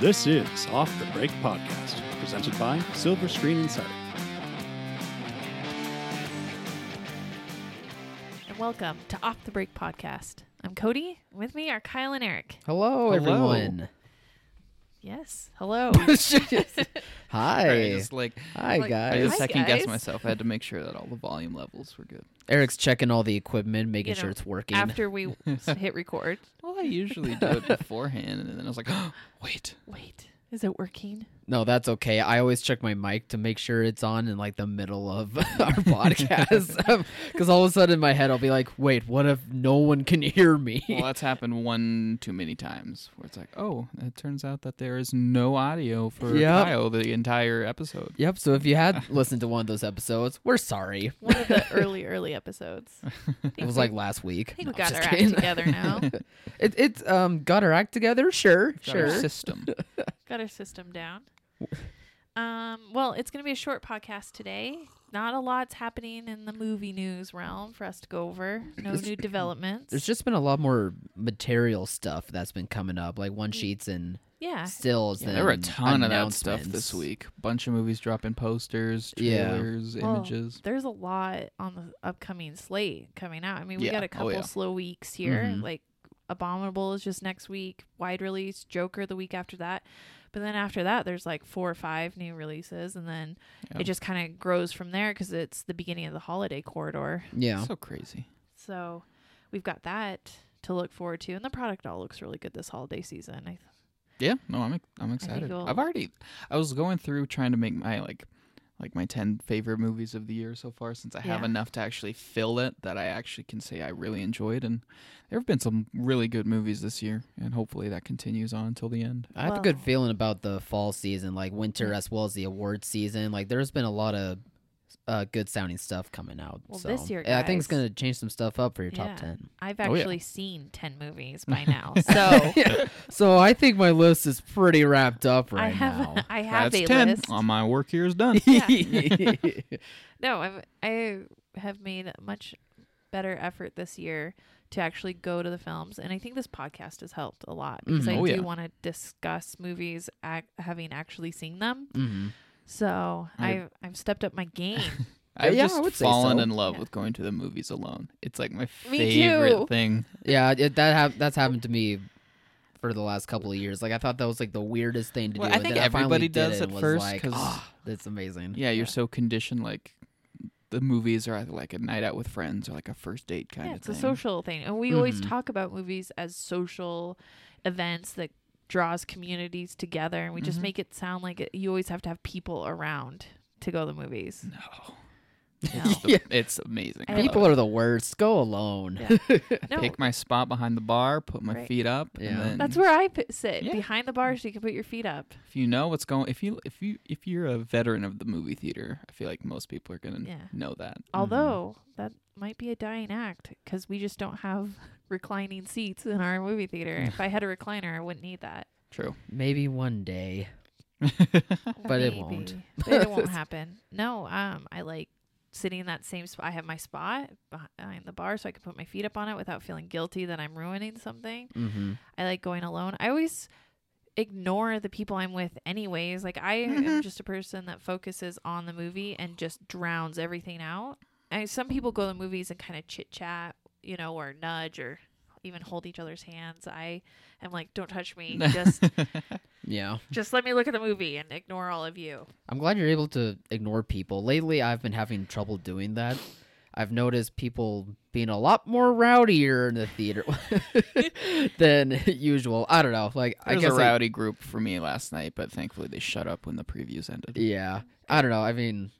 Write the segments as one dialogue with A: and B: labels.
A: This is Off the Break Podcast, presented by Silver Screen Insight.
B: and welcome to Off the Break podcast. I'm Cody. With me are Kyle and Eric.
C: Hello, everyone.
B: Yes, hello.
C: Hi.
D: Sorry, I just like
C: Hi,
B: like,
D: I
C: guys.
D: just
B: Hi,
D: second
B: guys.
D: guessed myself. I had to make sure that all the volume levels were good.
C: Eric's checking all the equipment, making
B: You know,
C: sure it's working.
B: After we s- hit record,
D: Well, I usually do it beforehand, and then I was like, "Oh, wait.
B: wait, is it working?
C: no, that's okay. I always check my mic to make sure it's on in like the middle of our podcast. Because all of a sudden in my head, I'll be like, wait, what if no one can hear me?
D: Well, that's happened one too many times where it's like, oh, it turns out that there is no audio for
C: Yep.
D: Kyle the entire episode.
C: Yep. So if you had listened to one of those episodes, we're sorry.
B: One of the early, early episodes. I
C: It was like last week. I
B: think we got our act together now.
C: it, it's um got our act together. Sure,
D: Got our
C: sure.
D: system.
B: got our system down. Um, well, it's going to be a short podcast today. Not a lot's happening in the movie news realm for us to go over. No new developments.
C: There's just been a lot more material stuff that's been coming up, like
B: Mm.
C: one sheets and
B: yeah,
C: stills.
D: Yeah, there were a
C: and
D: ton of that stuff this
C: announcements.
D: week. Bunch of movies dropping posters,
C: Yeah.
D: trailers,
B: Well,
D: images.
B: there's a lot on the upcoming slate coming out. I mean, we
D: Yeah.
B: got a
D: Oh,
B: couple
D: yeah.
B: slow weeks here.
C: Mhm.
B: Like Abominable is just next week, wide release, Joker the week after that. But then after that, there's like four or five new releases, and then
D: Yeah.
B: it just kind of grows from there because it's the beginning of the holiday corridor.
C: Yeah.
D: So crazy.
B: So we've got that to look forward to, and the product all looks really good this holiday season. I th-
D: Yeah, no, I'm ex- I'm excited.
B: you'll-
D: I've already I was going through trying to make my like like my 10 favorite movies of the year so far since I have
B: Yeah.
D: enough to actually fill it that I actually can say I really enjoyed and there have been some really good movies this year and hopefully that continues on until the end.
C: I have a good
B: Well-
C: feeling about the fall season, like winter as well as the award season. Like there's been a lot of uh, good sounding stuff coming out.
B: Well,
C: so.
B: this year,
C: Yeah, I think it's
B: guys-
C: gonna change some stuff up for your
B: Yeah.
C: top ten.
B: I've
D: Oh, yeah.
B: actually seen ten movies by now, so
C: So I think my list is pretty wrapped up right
B: I have
C: now.
B: I have
D: That's
B: a
D: 10.
B: list.
D: All my work here is done.
B: No, I've, I have made a much better effort this year to actually go to the films, and I think this podcast has helped a lot because
C: Mhm.
B: I
D: Oh,
B: do
D: yeah.
B: want to discuss movies ac- having actually seen them.
C: Mhm.
B: So
D: I-
B: I've I've stepped up my game.
D: I've
C: Yeah, I
D: just
C: would say
D: fallen
C: so.
D: in love
B: Yeah.
D: with going to the movies alone. It's like my
B: Me too.
D: favorite thing.
C: Yeah, it, that hap that's happened to me for the last couple of years. Like I thought that was like the weirdest thing to
D: Well,
C: do.
D: I
C: and
D: think
C: then finally
D: everybody
C: did
D: does
C: it
D: at
C: and was
D: first
C: like,
D: 'cause-
C: "Ah, that's amazing.
D: Yeah, you're so conditioned like the movies are either like a night out with friends or like a first date kind
B: yeah,
D: of
B: it's
D: thing. Mm-hmm.
B: a social thing, and we always
C: Mhm.
B: talk about movies as social events that draws communities together, and we just
D: Mhm.
B: make it sound like it, you always have to have people around to go to the movies.
D: No.
B: No.
D: The- It's amazing.
B: I
D: I love
C: People
D: it.
C: are the worst. Go alone.
B: Yeah.
D: I
B: No,
D: pick my spot behind the bar, put my
B: Right.
D: feet up,
C: Yeah.
D: and then
B: That's where I p- sit
D: Yeah. Mm.
B: behind the bar, so you can put your feet up.
D: if you know what's going if you if you if you're a veteran of the movie theater, I feel like most people are gonna
B: Yeah.
D: know that.
C: Mm-hmm.
B: Although that might be a dying act because we just don't have reclining seats in our movie theater. if I had a recliner, I wouldn't need that.
D: True.
C: Maybe one day. But it won't.
B: Maybe. But it won't happen. No, um, I like sitting in that same spot. I have my spot behind the bar, so I can put my feet up on it without feeling guilty that I'm ruining something.
C: Mm-hmm.
B: I like going alone. I always ignore the people I'm with anyways. Like I
C: Mm-hmm.
B: am just a person that focuses on the movie and just drowns everything out. And some people go to the movies and kind of chit chat, you know, or nudge or even hold each other's hands. I am like, don't touch me. just
C: Yeah.
B: just let me look at the movie and ignore all of you.
C: I'm glad you're able to ignore people. Lately, I've been having trouble doing that. I've noticed people being a lot more rowdier in the theater than usual. I don't know. Like,
D: There
C: I
D: was
C: guess
D: a
C: I-
D: rowdy group for me last night, but thankfully they shut up when the previews ended.
C: yeah. I don't know. I mean,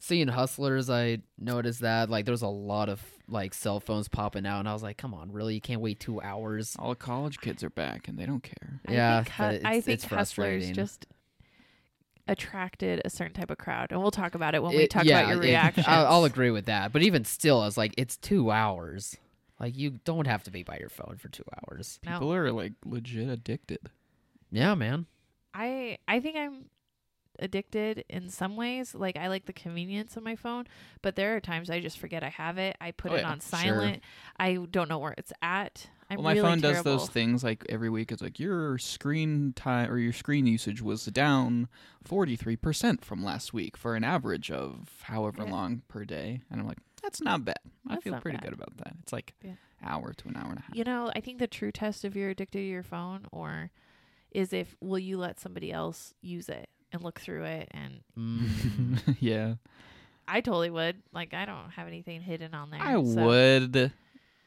C: seeing hustlers, I noticed that like there was a lot of like cell phones popping out, and I was like, "Come on, really? You can't wait two hours."
D: All the college kids are back and they don't care.
C: yeah,
B: I think, hu-
C: but it's,
B: I think
C: it's
B: hustlers
C: frustrating.
B: just attracted a certain type of crowd, and we'll talk about it when we
C: It-
B: talk
C: yeah,
B: about your
C: it-
B: reaction.
C: I'll, I'll agree with that. But even still, I was like, it's two hours. Like you don't have to be by your phone for two hours.
B: No.
D: People are like legit addicted.
C: Yeah, man.
B: I I think I'm addicted in some ways. Like I like the convenience of my phone, but there are times I just forget I have it. I put
D: Oh,
B: it
D: yeah.
B: on
C: Sure.
B: silent. I don't know where it's at. I'm
D: well, my
B: really
D: phone does
B: terrible.
D: those things like every week. It's like your screen time or your screen usage was down 43% from last week for an average of however
B: Yeah.
D: long per day. And I'm like, that's not bad. I
B: That's
D: feel
B: not
D: pretty
B: bad.
D: good about that. It's like
B: Yeah.
D: hour to an hour and a half.
B: You know, I think the true test if you're addicted to your phone or is if will you let somebody else use it and look through it and
C: Mm.
D: yeah.
B: I totally would. Like I don't have anything hidden on there.
D: I
B: so
D: would,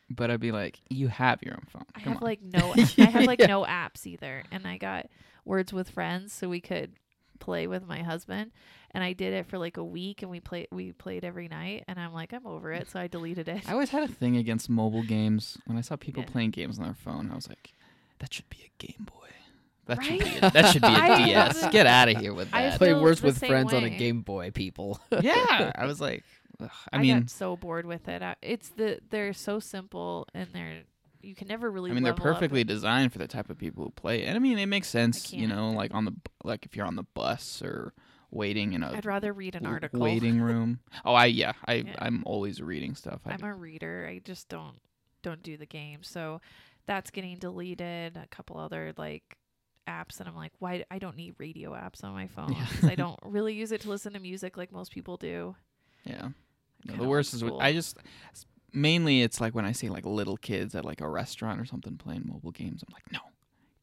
D: but I'd be like, you have your own phone.
B: I
D: Come
B: have
D: on.
B: like no I have like
C: Yeah.
B: no apps either. And I got words with friends so we could play with my husband and I did it for like a week and we played we played every night and I'm like I'm over it so I deleted it.
D: I always had a thing against mobile games. When I saw people
B: Yeah.
D: playing games on their phone, I was like, that should be a Game Boy. That should be
B: Right?
D: a, that should be a
B: I
D: DS.
B: wasn't-
D: Get out of here with
B: I
D: that.
C: Play
B: feel
C: words
B: the
C: with
B: same
C: friends on a
B: way.
C: Game Boy, people.
D: yeah, I was like, ugh. I,
B: I
D: mean,
B: got so bored with it. I, it's the they're so simple and they're you can never really
D: I mean, they're
B: level up.
D: perfectly designed for the type of people who play. it. And I mean, it makes sense, you
B: can't.
D: know, like on the bu- like if you're on the bus or waiting in a
B: I'd rather read an
D: w-
B: article.
D: waiting room. Oh, I yeah, I
B: Yeah.
D: I'm always reading stuff. I,
B: I'm a reader. I just don't don't do the game. So that's getting deleted. A couple other like apps and I'm like, why I don't need radio apps on my phone
D: Yeah.
B: 'cause I don't really use it to listen to music like most people do.
D: yeah. No,
B: kinda
D: the
B: old
D: worst is when-
B: school.
D: I just s- mainly it's like when I see like little kids at like a restaurant or something playing mobile games. I'm like, no,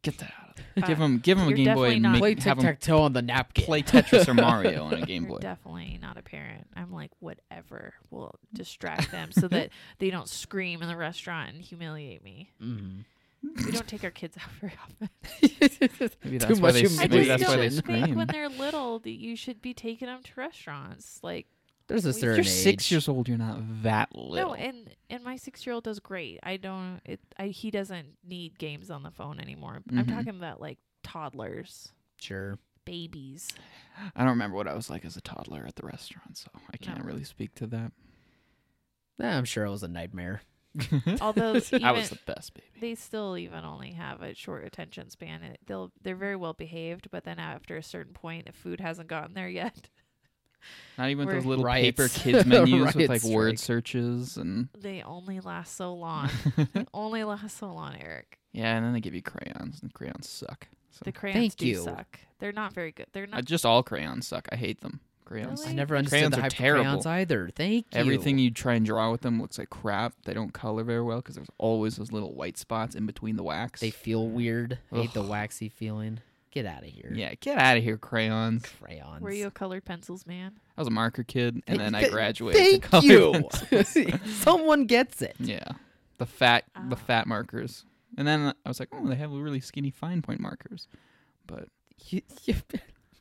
D: get that out of there. give
B: Uh,
D: them give them a
B: you're
D: Game Boy
B: definitely
D: and
B: not-
D: make,
C: Play tic
D: have 'em
C: tac toe on the napkin.
D: play Tetris or Mario on a Game
B: You're
D: Boy.
B: definitely not a parent. I'm like, whatever will distract them so that they don't scream in the restaurant and humiliate me.
C: Mhm.
B: We don't take our kids out very often.
C: Too
D: Maybe that's why
C: much
D: they s-
B: I
C: information.
D: maybe
B: just
D: that's why they
B: don't think
D: scream.
B: when they're little that you should be taking them to restaurants. Like
C: There's a
B: You're
C: certain
D: You're six
C: age.
D: years old. You're not that little.
B: no, and and my six year old does great. I don't. It, I, he doesn't need games on the phone anymore. I'm
D: Mhm.
B: talking about like toddlers,
C: Sure.
B: babies.
D: I don't remember what I was like as a toddler at the restaurant, so I can't
B: No.
D: really speak to that.
C: Nah, I'm sure it was a nightmare.
B: Although even,
D: I was the best baby.
B: they still even only have a short attention span. It, they'll they're very well behaved, but then after a certain point, if food hasn't gotten there yet,
D: Not even with those
B: We're-
D: little paper
C: Riots.
D: kids menus with
C: Riot
D: like word
C: strike.
D: searches and
B: they only last so long. they only last so long, Eric.
D: yeah, and then they give you crayons and crayons suck. So
B: The crayons
C: Thank
B: do
C: you.
B: suck. They're not very good. They're
D: Uh,
B: not.
D: just all crayons suck. I hate them. Crayons.
C: I
B: Really?
C: never understood
D: Crayons
C: the
D: are
C: hype of
D: terrible.
C: crayons either. Thank you.
D: Everything you try and draw with them looks like crap. They don't color very well because there's always those little white spots in between the wax.
C: They feel weird. I Hate the waxy feeling. Get out of here.
D: yeah, get out of here, crayons.
C: Crayons.
B: Were you a colored pencils man?
D: I was a marker kid, and then I
C: Th-
D: graduated. to
C: Thank
D: color
C: you.
D: pencil.
C: Someone gets it.
D: Yeah, the fat, the
B: Oh.
D: fat markers, and then I was like, oh, they have really skinny fine point markers, but
C: You, you,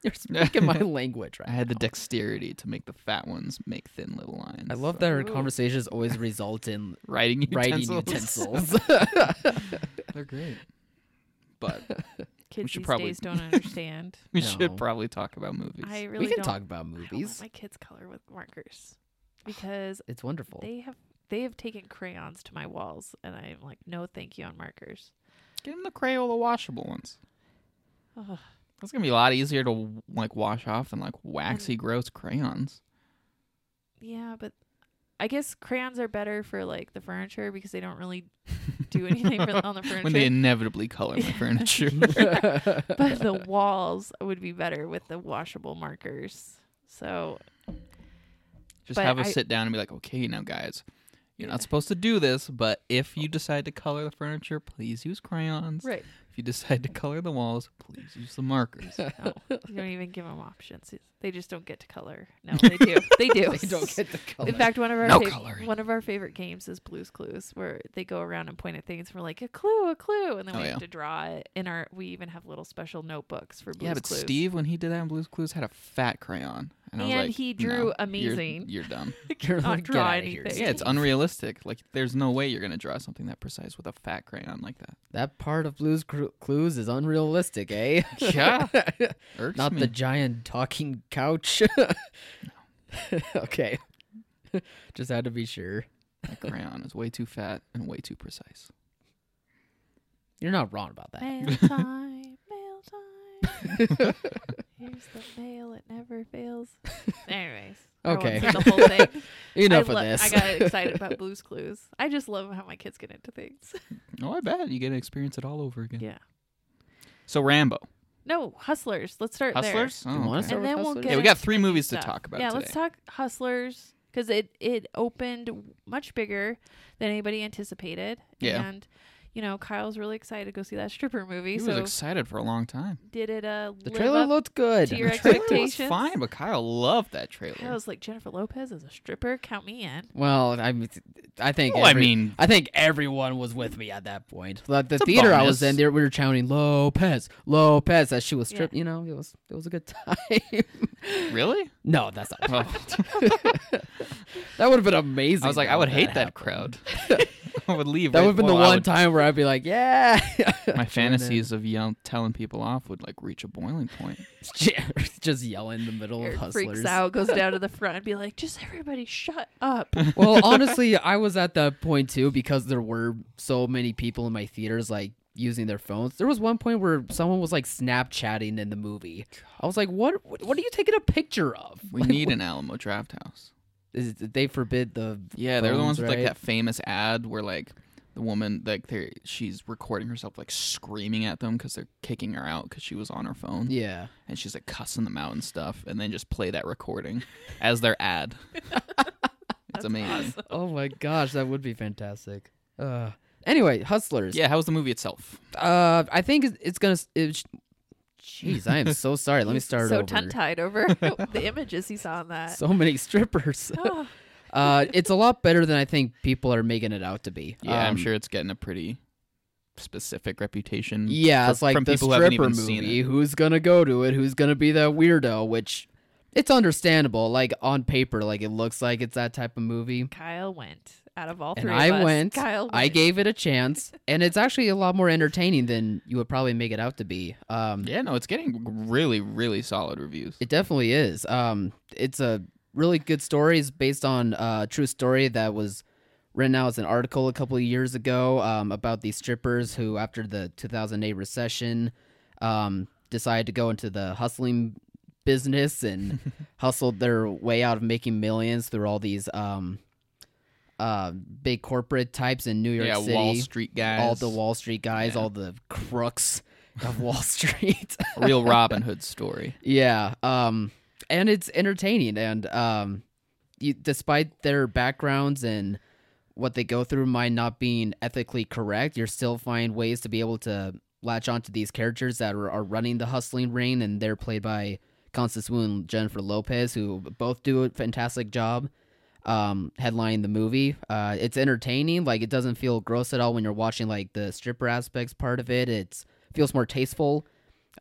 C: you're speaking my language right
D: I had the
C: now.
D: dexterity to make the fat ones make thin little lines.
C: I love
D: so-
C: that our
B: Ooh.
C: conversations always result in
D: writing utensils.
C: writing utensils.
D: They're great, but
B: Kids
D: should
B: these
D: probably-
B: days don't understand.
D: we
C: No.
D: should probably talk about movies.
B: I really
C: we can
B: don't,
C: talk about
B: I don't
C: movies.
B: want my kids color with markers because
C: It's wonderful.
B: they have they have taken crayons to my walls, and I'm like, no, thank you on markers.
D: Get them the Crayola washable ones.
B: Ugh.
D: That's gonna be a lot easier to like wash off than like waxy, gross crayons.
B: Yeah, but I guess crayons are better for like the furniture because they don't really do anything for, on the furniture.
D: when they inevitably color my furniture.
B: but the walls would be better with the washable markers. So
D: Just
B: But
D: have us
B: I-
D: sit down and be like, okay, now guys, you're
B: Yeah.
D: not supposed to do this, but if you decide to color the furniture, please use crayons.
B: right,
D: If you decide to color the walls, please use the markers.
B: no, oh, you don't even give them options. They just don't get to color. No, they do. They do.
C: they don't get the color.
B: In fact, one of our
D: Oh No
B: fav-
D: coloring.
B: one of our favorite games is Blue's Clues, where they go around and point at things. We're like a clue, a clue, and then
D: Oh,
B: we
D: yeah.
B: have to draw it in our. We even have little special notebooks for Blue's
D: yeah, but
B: Clues.
D: Steve, when he did that in Blue's Clues, had a fat crayon. And, I was
B: And
D: like,
B: he
D: "No,
B: drew
D: you're-
B: amazing."
D: You're, dumb.
C: You're
B: not
C: like, "Get
B: draw
C: outta here."
B: anything.
D: Yeah, it's unrealistic. Like, there's no way you're going to draw something that precise with a fat crayon like that.
C: that part of Blue's Cru- Clues is unrealistic, eh?
D: Yeah. Irks
C: Not
D: me.
C: the giant talking couch. okay. Just had to be sure.
D: That crayon is way too fat and way too precise.
C: You're not wrong about that.
B: Mail time, mail time. Here's the mail, it never fails. Anyways. I won't
C: Okay.
B: sing The whole thing.
C: Enough
B: I
C: of
B: lo-
C: this.
B: I got excited about Blue's Clues. I just love how my kids get into things.
D: Oh, I bet you get to experience it all over again.
B: Yeah.
D: So Rambo,
B: No, Hustlers. Let's start there.
D: Hustlers.
C: You
D: Oh,
C: wanna
D: okay.
B: And
C: start with
B: then we'll
C: Hustlers?
B: get
D: Yeah, we got
B: into
D: three
B: new
D: movies to
B: stuff.
D: talk about
B: Yeah, let's
D: today.
B: talk Hustlers because it it opened much bigger than anybody anticipated.
D: Yeah.
B: and you know Kyle's really excited to go see that stripper movie.
D: He
B: so
D: was excited for a long time.
B: did it? Uh,
C: the
B: live
C: trailer
B: up-
C: looked good.
B: to your
D: The trailer was
B: Expectations?
D: fine, but Kyle loved that trailer.
B: I was like Jennifer Lopez as a stripper. Count me in.
C: well, I mean, I think.
D: Well, I
C: every-
D: mean-
C: I think everyone was with me at that point. Like the
D: It's a
C: theater I was
D: bonus.
C: in, there we were shouting Lopez, Lopez as she was
B: Yeah.
C: stripped. You know, it was it was a good time.
D: really?
C: no, that's not.
D: Oh,
C: That would have been amazing.
D: I was like,
C: though,
D: I would
C: if
D: hate
C: happened.
D: that crowd. I would leave.
C: That
D: right-
C: would have been
D: well,
C: the
D: I
C: one
D: would-
C: time where I'd be like, yeah.
D: My
C: Join
D: fantasies of yell- telling people off would like reach a boiling point.
C: just yell in the middle of
B: Eric
C: hustlers.
B: freaks out, goes down to the front, and be like, "Just everybody, shut up."
C: well, honestly, I was at that point too because there were so many people in my theaters like using their phones. There was one point where someone was like Snapchatting in the movie. I was like, what? What, what are you taking a picture of?
D: We need an Alamo Draft House.
C: Is it- they forbid the
D: Yeah, they're the
C: phones,
D: ones with like
C: right?
D: that famous ad where like the woman like they she's recording herself like screaming at them because they're kicking her out because she was on her phone
C: Yeah,
D: and she's like cussing them out and stuff and then just play that recording as their ad. it's amazing.
C: Oh my gosh, that would be fantastic. Uh, anyway, Hustlers.
D: Yeah, how's the movie itself?
C: Uh, I think it's, it's gonna. s- It, sh- Jeez, I am so sorry. Let me
B: He's
C: start
B: So
C: over.
B: tongue-tied over the images he saw in that.
C: So many strippers.
B: Oh,
C: uh, it's a lot better than I think people are making it out to be.
D: Yeah, I'm
C: Um,
D: sure it's getting a pretty specific reputation.
C: Yeah,
D: for-
C: it's like
D: from
C: the
D: people who haven't
C: stripper
D: even seen
C: movie.
D: it.
C: Who's gonna go to it? Who's gonna be that weirdo? Which, it's understandable. Like on paper, like it looks like it's that type of movie.
B: Kyle went out of all three.
C: And
B: of
C: I
B: us,
C: went.
B: Kyle went.
C: I gave it a chance, and it's actually a lot more entertaining than you would probably make it out to be. Um,
D: Yeah, no, it's getting really, really solid reviews.
C: It definitely is. Um, it's a really good story. It's based on uh, a true story that was written out as an article a couple of years ago um, about these strippers who, after the 2008 recession, um, decided to go into the hustling business and hustled their way out of making millions through all these um, uh, big corporate types in New York
D: yeah,
C: City.
D: Wall Street guys,
C: All the Wall Street guys, all the crooks of Wall Street.
D: a real Robin Hood story.
C: Yeah, um, and it's entertaining, and um, you, despite their backgrounds and what they go through might not being ethically correct, you're still find ways to be able to latch onto these characters that are, are running the hustling ring, and they're played by Constance Wu and Jennifer Lopez, who both do a fantastic job um, headlining the movie. Uh, it's entertaining. Like it doesn't feel gross at all when you're watching like the stripper aspects part of it. It's feels more tasteful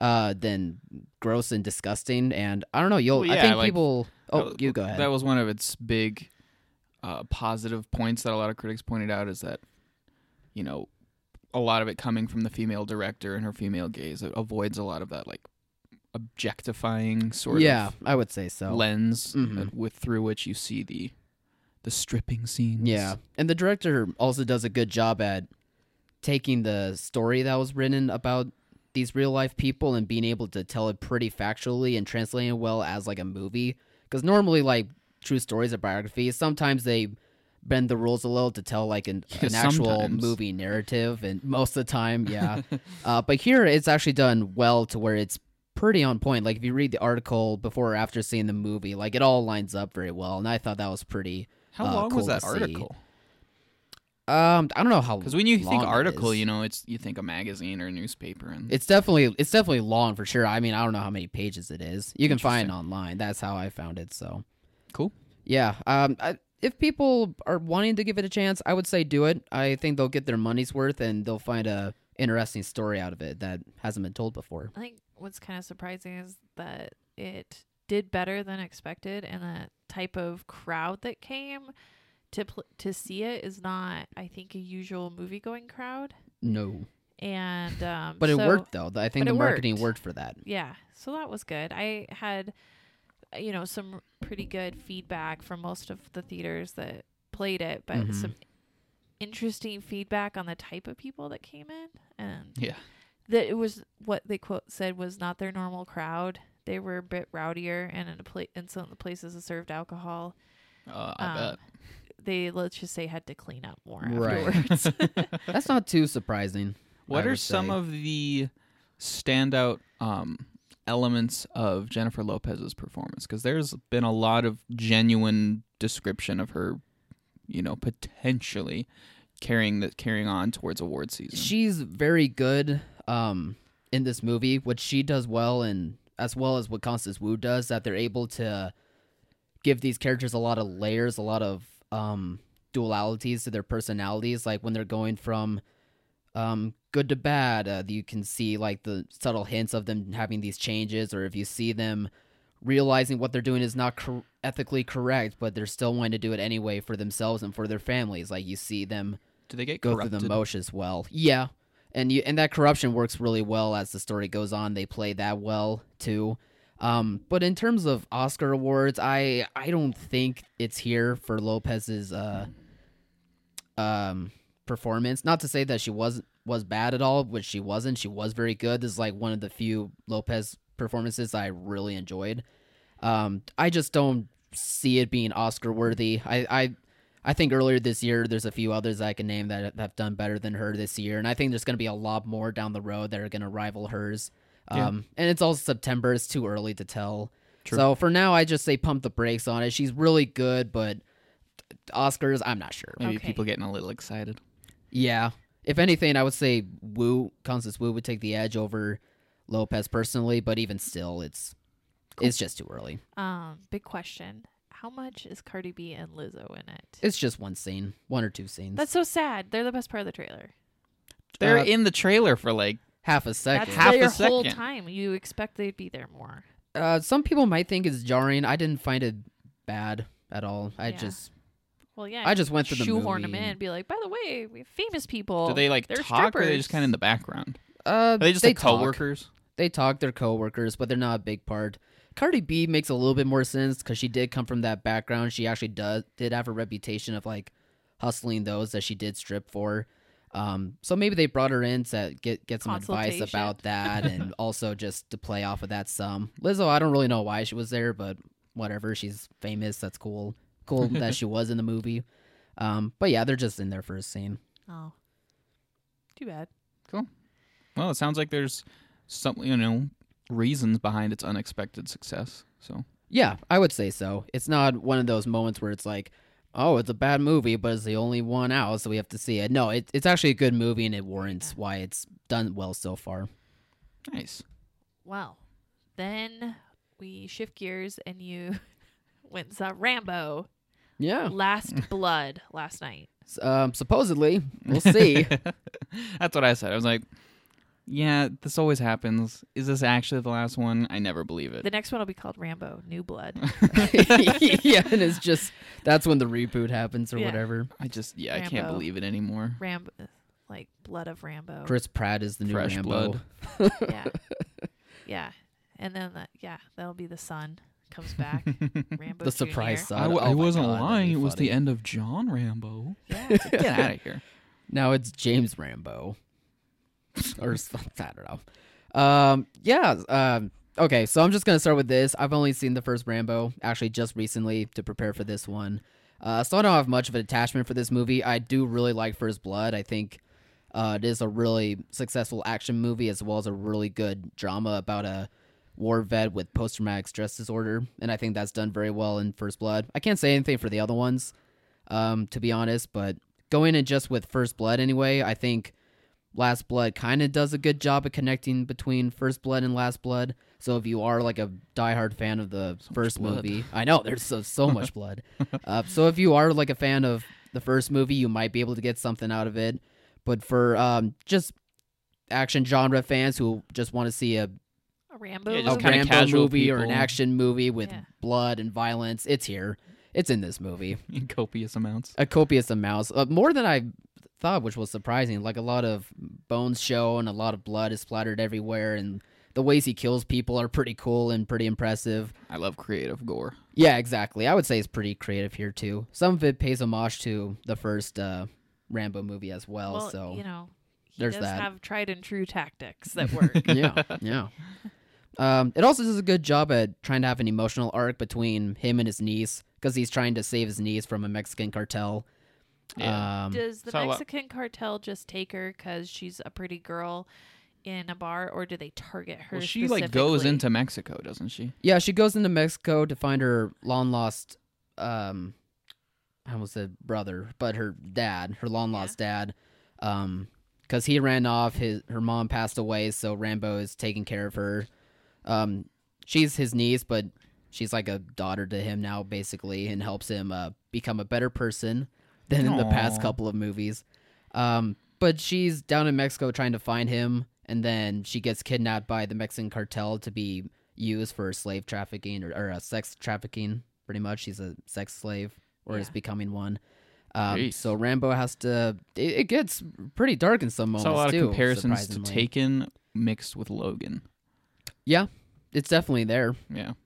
C: uh, than gross and disgusting. And I don't know. You'll.
D: Well,
C: I
D: yeah,
C: think
D: like- uh,
C: people. Oh,
D: That was-
C: you go ahead.
D: That was one of its big uh, positive points that a lot of critics pointed out is that, you know, a lot of it coming from the female director and her female gaze it avoids a lot of that like objectifying sort
C: yeah,
D: of
C: I would say so.
D: lens
C: Mhm.
D: uh, with through which you see the the stripping scenes.
C: Yeah, and the director also does a good job at taking the story that was written about these real life people and being able to tell it pretty factually and translating it well as like a movie. Because normally, like true stories or biographies, sometimes they bend the rules a little to tell like an,
D: Yeah,
C: an actual
D: sometimes.
C: movie narrative, and most of the time, yeah. uh, but here, it's actually done well to where it's pretty on point. Like if you read the article before or after seeing the movie, like it all lines up very well, and I thought that was pretty.
D: How
C: uh,
D: long was
C: cool to
D: that
C: see.
D: article?
C: Um, I don't know how.
D: Because when you
C: long
D: think
C: it
D: article,
C: is.
D: you know, it's you think a magazine or a newspaper, and
C: it's definitely it's definitely long for sure. I mean, I don't know how many pages it is. You can find it
D: Interesting.
C: online. That's how I found it. So
D: cool.
C: yeah, um, I, if people are wanting to give it a chance, I would say do it. I think they'll get their money's worth and they'll find a interesting story out of it that hasn't been told before.
B: I think what's kind of surprising is that it did better than expected, and the type of crowd that came to pl- to see it is not, I think, a usual movie going crowd.
C: No,
B: And um,
C: but it
B: so-
C: worked though. I think
B: but
C: the
B: it
C: marketing
B: worked.
C: worked for that.
B: Yeah, so that was good. I had, uh, you know, some pretty good feedback from most of the theaters that played it, but
C: Mhm.
B: some interesting feedback on the type of people that came in and
D: Yeah.
B: that it was what they quote said was not their normal crowd They were a bit rowdier, and in a pla- in some of the places that served alcohol,
D: Uh, I
B: Um,
D: bet.
B: they let's just say had to clean up more
C: Right.
B: afterwards.
C: That's not too surprising.
D: What
C: I
D: are
C: would
D: some
C: say.
D: of the standout um, elements of Jennifer Lopez's performance? Because there's been a lot of genuine description of her, you know, potentially carrying that carrying on towards award season.
C: She's very good um, in this movie, which she does well, and as well as what Constance Wu does, that they're able to give these characters a lot of layers, a lot of um, dualities to their personalities. Like when they're going from um, good to bad, uh, you can see like the subtle hints of them having these changes, or if you see them realizing what they're doing is not cor- ethically correct, but they're still wanting to do it anyway for themselves and for their families. Like you see them
D: Do they get
C: go
D: corrupted?
C: through the motions well. Yeah, and you and that corruption works really well as the story goes on. They play that well too. Um, but in terms of Oscar awards, I I don't think it's here for Lopez's uh, um, performance. Not to say that she was was bad at all, which she wasn't. She was very good. This is like one of the few Lopez performances I really enjoyed. Um, I just don't see it being Oscar worthy. I, I I think earlier this year there's a few others I can name that have done better than her this year, and I think there's going to be a lot more down the road that are going to rival hers.
D: Yeah.
C: Um, and it's also September; it's too early to tell.
D: True.
C: So for now, I just say pump the brakes on it. She's really good, but Oscars, I'm not sure.
D: Maybe
B: Okay.
D: people getting a little excited.
C: Uh, Yeah. If anything, I would say Wu Constance Wu would take the edge over Lopez personally, but even still, it's it's just too early.
B: um, big question: How much is Cardi B and Lizzo in it?
C: It's just one scene, one or two scenes,
B: That's so sad. They're the best part of the trailer.
D: They're
C: Uh,
D: in the trailer for like
C: half a second.
B: That's
D: Half a
B: their whole
D: second.
B: time. You expect they'd be there more.
C: uh, some people might think it's jarring. I didn't find it bad at all. I
B: Yeah.
C: just
B: Well, yeah.
C: I just went through the
B: shoehorn
C: movie
B: them in.
C: and-
B: Be like, by the way, we have famous people.
D: do they like
B: They're
D: talk or are they
B: strippers."
D: just kind of in the background?
C: uh,
D: Are they just like
C: talk.
D: coworkers?
C: They talk. They're coworkers, but they're not a big part. Cardi B makes a little bit more sense because she did come from that background. She actually does did have a reputation of like hustling those that she did strip for. Um, so maybe they brought her in to get get some advice
B: Consultation.
C: about that, and also just to play off of that some. Lizzo, I don't really know why she was there, but whatever. She's famous. That's cool. Cool that she was in the movie. Um, but yeah, they're just in there for a scene.
B: Oh, too bad.
D: Well, it sounds like there's some you know reasons behind its unexpected success. So
C: Yeah, I would say so. It's not one of those moments where it's like, oh, it's a bad movie, but it's the only one out, so we have to see it. No, it, it's actually a good movie, and it warrants why it's done well so far.
D: nice.
B: Well, then we shift gears and you went and saw Rambo:
D: Oh.
C: Yeah.
B: Last Blood last night.
C: S- Um, supposedly, we'll see.
D: That's what I said. I was like, yeah, this always happens. Is this actually the last one? I never believe it.
B: The next one will be called Rambo: New Blood.
C: yeah, and it's just that's when the reboot happens or
B: Yeah.
C: whatever.
D: I just, yeah, I can't
B: Rambo.
D: believe it anymore.
B: Rambo, like Blood of Rambo.
C: Chris Pratt is the new
D: Fresh
C: Rambo.
D: blood.
B: Yeah, yeah, and then that, yeah, that'll be the son comes back. Rambo.
C: The surprise
B: Jr..
C: son.
D: I, w-
C: Oh
D: I
C: my
D: wasn't
C: God, that'd be
D: lying. It was
C: funny.
D: the end of John Rambo.
B: Yeah.
D: Get out of here.
C: Now it's James Rambo. or s- I don't know. Um, yeah. Um, okay, so I'm just gonna start with this. I've only seen the first Rambo actually just recently to prepare for this one. Uh, so I don't have much of an attachment for this movie. I do really like First Blood. I think uh, it is a really successful action movie as well as a really good drama about a war vet with post traumatic stress disorder, and I think that's done very well in First Blood. I can't say anything for the other ones um, to be honest. But going in just with First Blood anyway, I think Last Blood kind of does a good job of connecting between First Blood and Last Blood. So if you are like a diehard fan of the first
D: blood.
C: movie, I know there's so, so much blood. Uh, so if you are like a fan of the first movie, you might be able to get something out of it. But for um, just action genre fans who just want to see a,
B: A Rambo.
D: Yeah,
C: a
D: just
B: movie?
D: Oh, kinda
C: Rambo
D: casual
C: movie or an
D: people.
C: action movie with
B: Yeah.
C: blood and violence, it's here. It's in this movie
D: In copious amounts.
C: a copious amount, uh, more than I thought, which was surprising. Like a lot of bones show and a lot of blood is splattered everywhere, and the ways he kills people are pretty cool and pretty impressive.
D: I love creative gore.
C: Yeah, exactly. I would say it's pretty creative here too. Some of it pays homage to the first uh, Rambo movie as well.
B: well,
C: so
B: you know, he
C: there's
B: does
C: that.
B: have tried and true tactics that work.
C: yeah, yeah. Um, it also does a good job at trying to have an emotional arc between him and his niece because he's trying to save his niece from a Mexican cartel.
D: Uh,
C: Um,
B: Does the
D: so a lot-
B: Mexican cartel just take her because she's a pretty girl in a bar, or do they target her?
D: well, she like goes
B: specifically?
D: into Mexico, doesn't she?
C: yeah, she goes into Mexico to find her long lost, um, I almost said brother, but her dad, her long lost dad, um, because he ran off. His her mom passed away, so Rambo is taking care of her. Um, she's his niece, but she's like a daughter to him now, basically, and helps him uh, become a better person than in the past
D: Aw.
C: couple of movies. Um, but she's down in Mexico trying to find him, and then she gets kidnapped by the Mexican cartel to be used for slave trafficking or, or uh, sex trafficking. Pretty much, she's a sex slave or is
B: Yeah.
C: becoming one. Um,
D: Jeez.
C: so Rambo has to. It, it gets pretty dark in some moments
D: Saw a lot
C: too.
D: of comparisons to
C: surprisingly.
D: Taken mixed with Logan.
C: Yeah, it's definitely there.
D: Yeah,
C: It-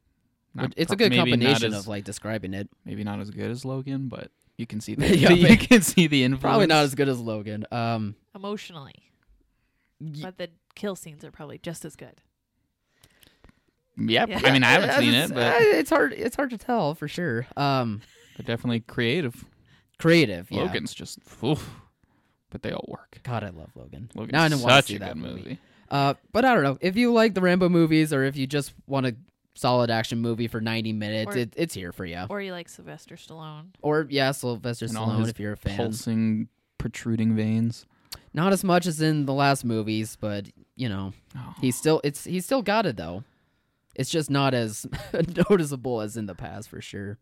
D: Not
C: it's a
D: pro-
C: good
D: maybe not
C: combination
D: as-
C: of like describing it.
D: maybe not as good as Logan, but you can see the
C: Yeah,
D: you
C: but-
D: can see the influence.
C: Probably not as good as Logan. Um,
B: emotionally,
C: y-
B: but the kill scenes are probably just as good.
D: Yep.
B: Yeah.
D: I mean, I haven't seen
C: it's-
D: it, but,
C: uh, it's hard. It's hard to tell for sure. Um,
D: but definitely creative.
C: creative. Yeah.
D: Logan's just, oof, but they all work.
C: God, I love Logan.
D: Logan's
C: now I don't want to
D: such
C: see
D: a
C: that
D: good
C: movie.
D: movie.
C: Uh, but I don't know if you like the Rambo movies or if you just want a solid action movie for ninety minutes.
B: Or-
C: it, it's here for you. Or,
B: Or you like Sylvester Stallone?
C: yeah, Sylvester
D: And all his
C: Stallone if you're a fan.
D: Pulsing, protruding veins.
C: Not as much as in the last movies, but you know
D: Oh.
C: he's still it's he's still got it though. It's just not as noticeable as in the past for sure.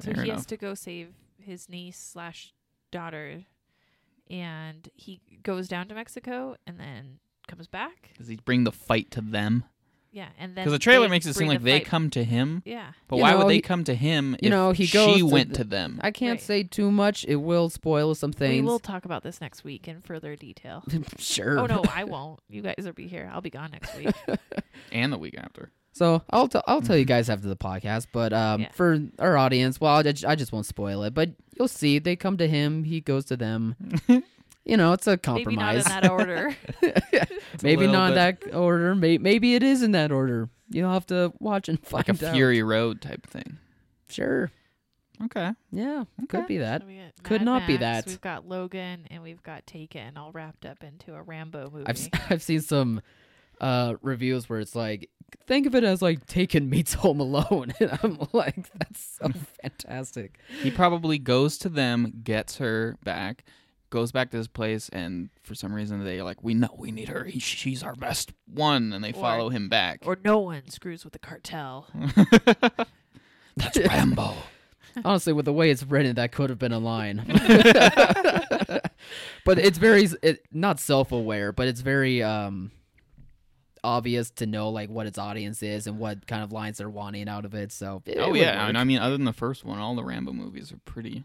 B: So
D: Fair
B: he
D: enough.
B: has to go save his niece slash daughter, and he goes down to Mexico and then comes back.
D: Does he bring the fight to them?
B: Yeah, and then
D: Because the trailer
B: they
D: makes it seem
B: bring
D: like
B: the
D: they
B: fight-
D: come to him.
B: Yeah,
D: But
C: You
D: why
C: know,
D: would they
C: he-
D: come to him
C: you
D: if
C: know, he goes
D: she
C: to
D: went
C: the-
D: to them?
C: I can't
B: Right.
C: say too much. It will spoil some
B: we
C: things.
B: will talk about this next week in further detail.
C: sure.
B: Oh no, I won't. You guys will be here. I'll be gone next week.
D: and the week after.
C: So I'll t- I'll tell you guys after the podcast, but um,
B: Yeah.
C: for our audience, well, I just, I just won't spoil it, but you'll see they come to him, he goes to them. you know, it's a
B: Maybe not in
C: compromise.
B: that order.
C: Maybe
D: little
C: not in
D: bit-
C: that order. May- Maybe it is in that order. You'll have to watch and find
D: Like a
C: out.
D: Fury Road type thing.
C: Sure.
D: Okay.
C: Yeah, could
D: Okay.
C: be that.
B: So we got
C: Could
B: Mad
C: not be
B: Max,
C: that.
B: We've got Logan and we've got Taken all wrapped up into a Rambo movie.
C: I've s- I've seen some uh reviews where it's like think of it as like Taken meets Home Alone, and I'm like that's so fantastic.
D: He probably goes to them, gets her back, goes back to his place, and for some reason they like, we know we need her. He, she's our best one, and they
B: Or-
D: follow him back.
B: or no one screws with the cartel.
C: Hmm.
D: That's Rambo.
C: Honestly, with the way it's written, that could have been a line. but it's very it, not self-aware, but it's very um obvious to know like what its audience is and what kind of lines they're wanting out of it. So it
D: oh
C: would
D: yeah, and I
C: work.
D: mean, other than the first one, all the Rambo movies are pretty,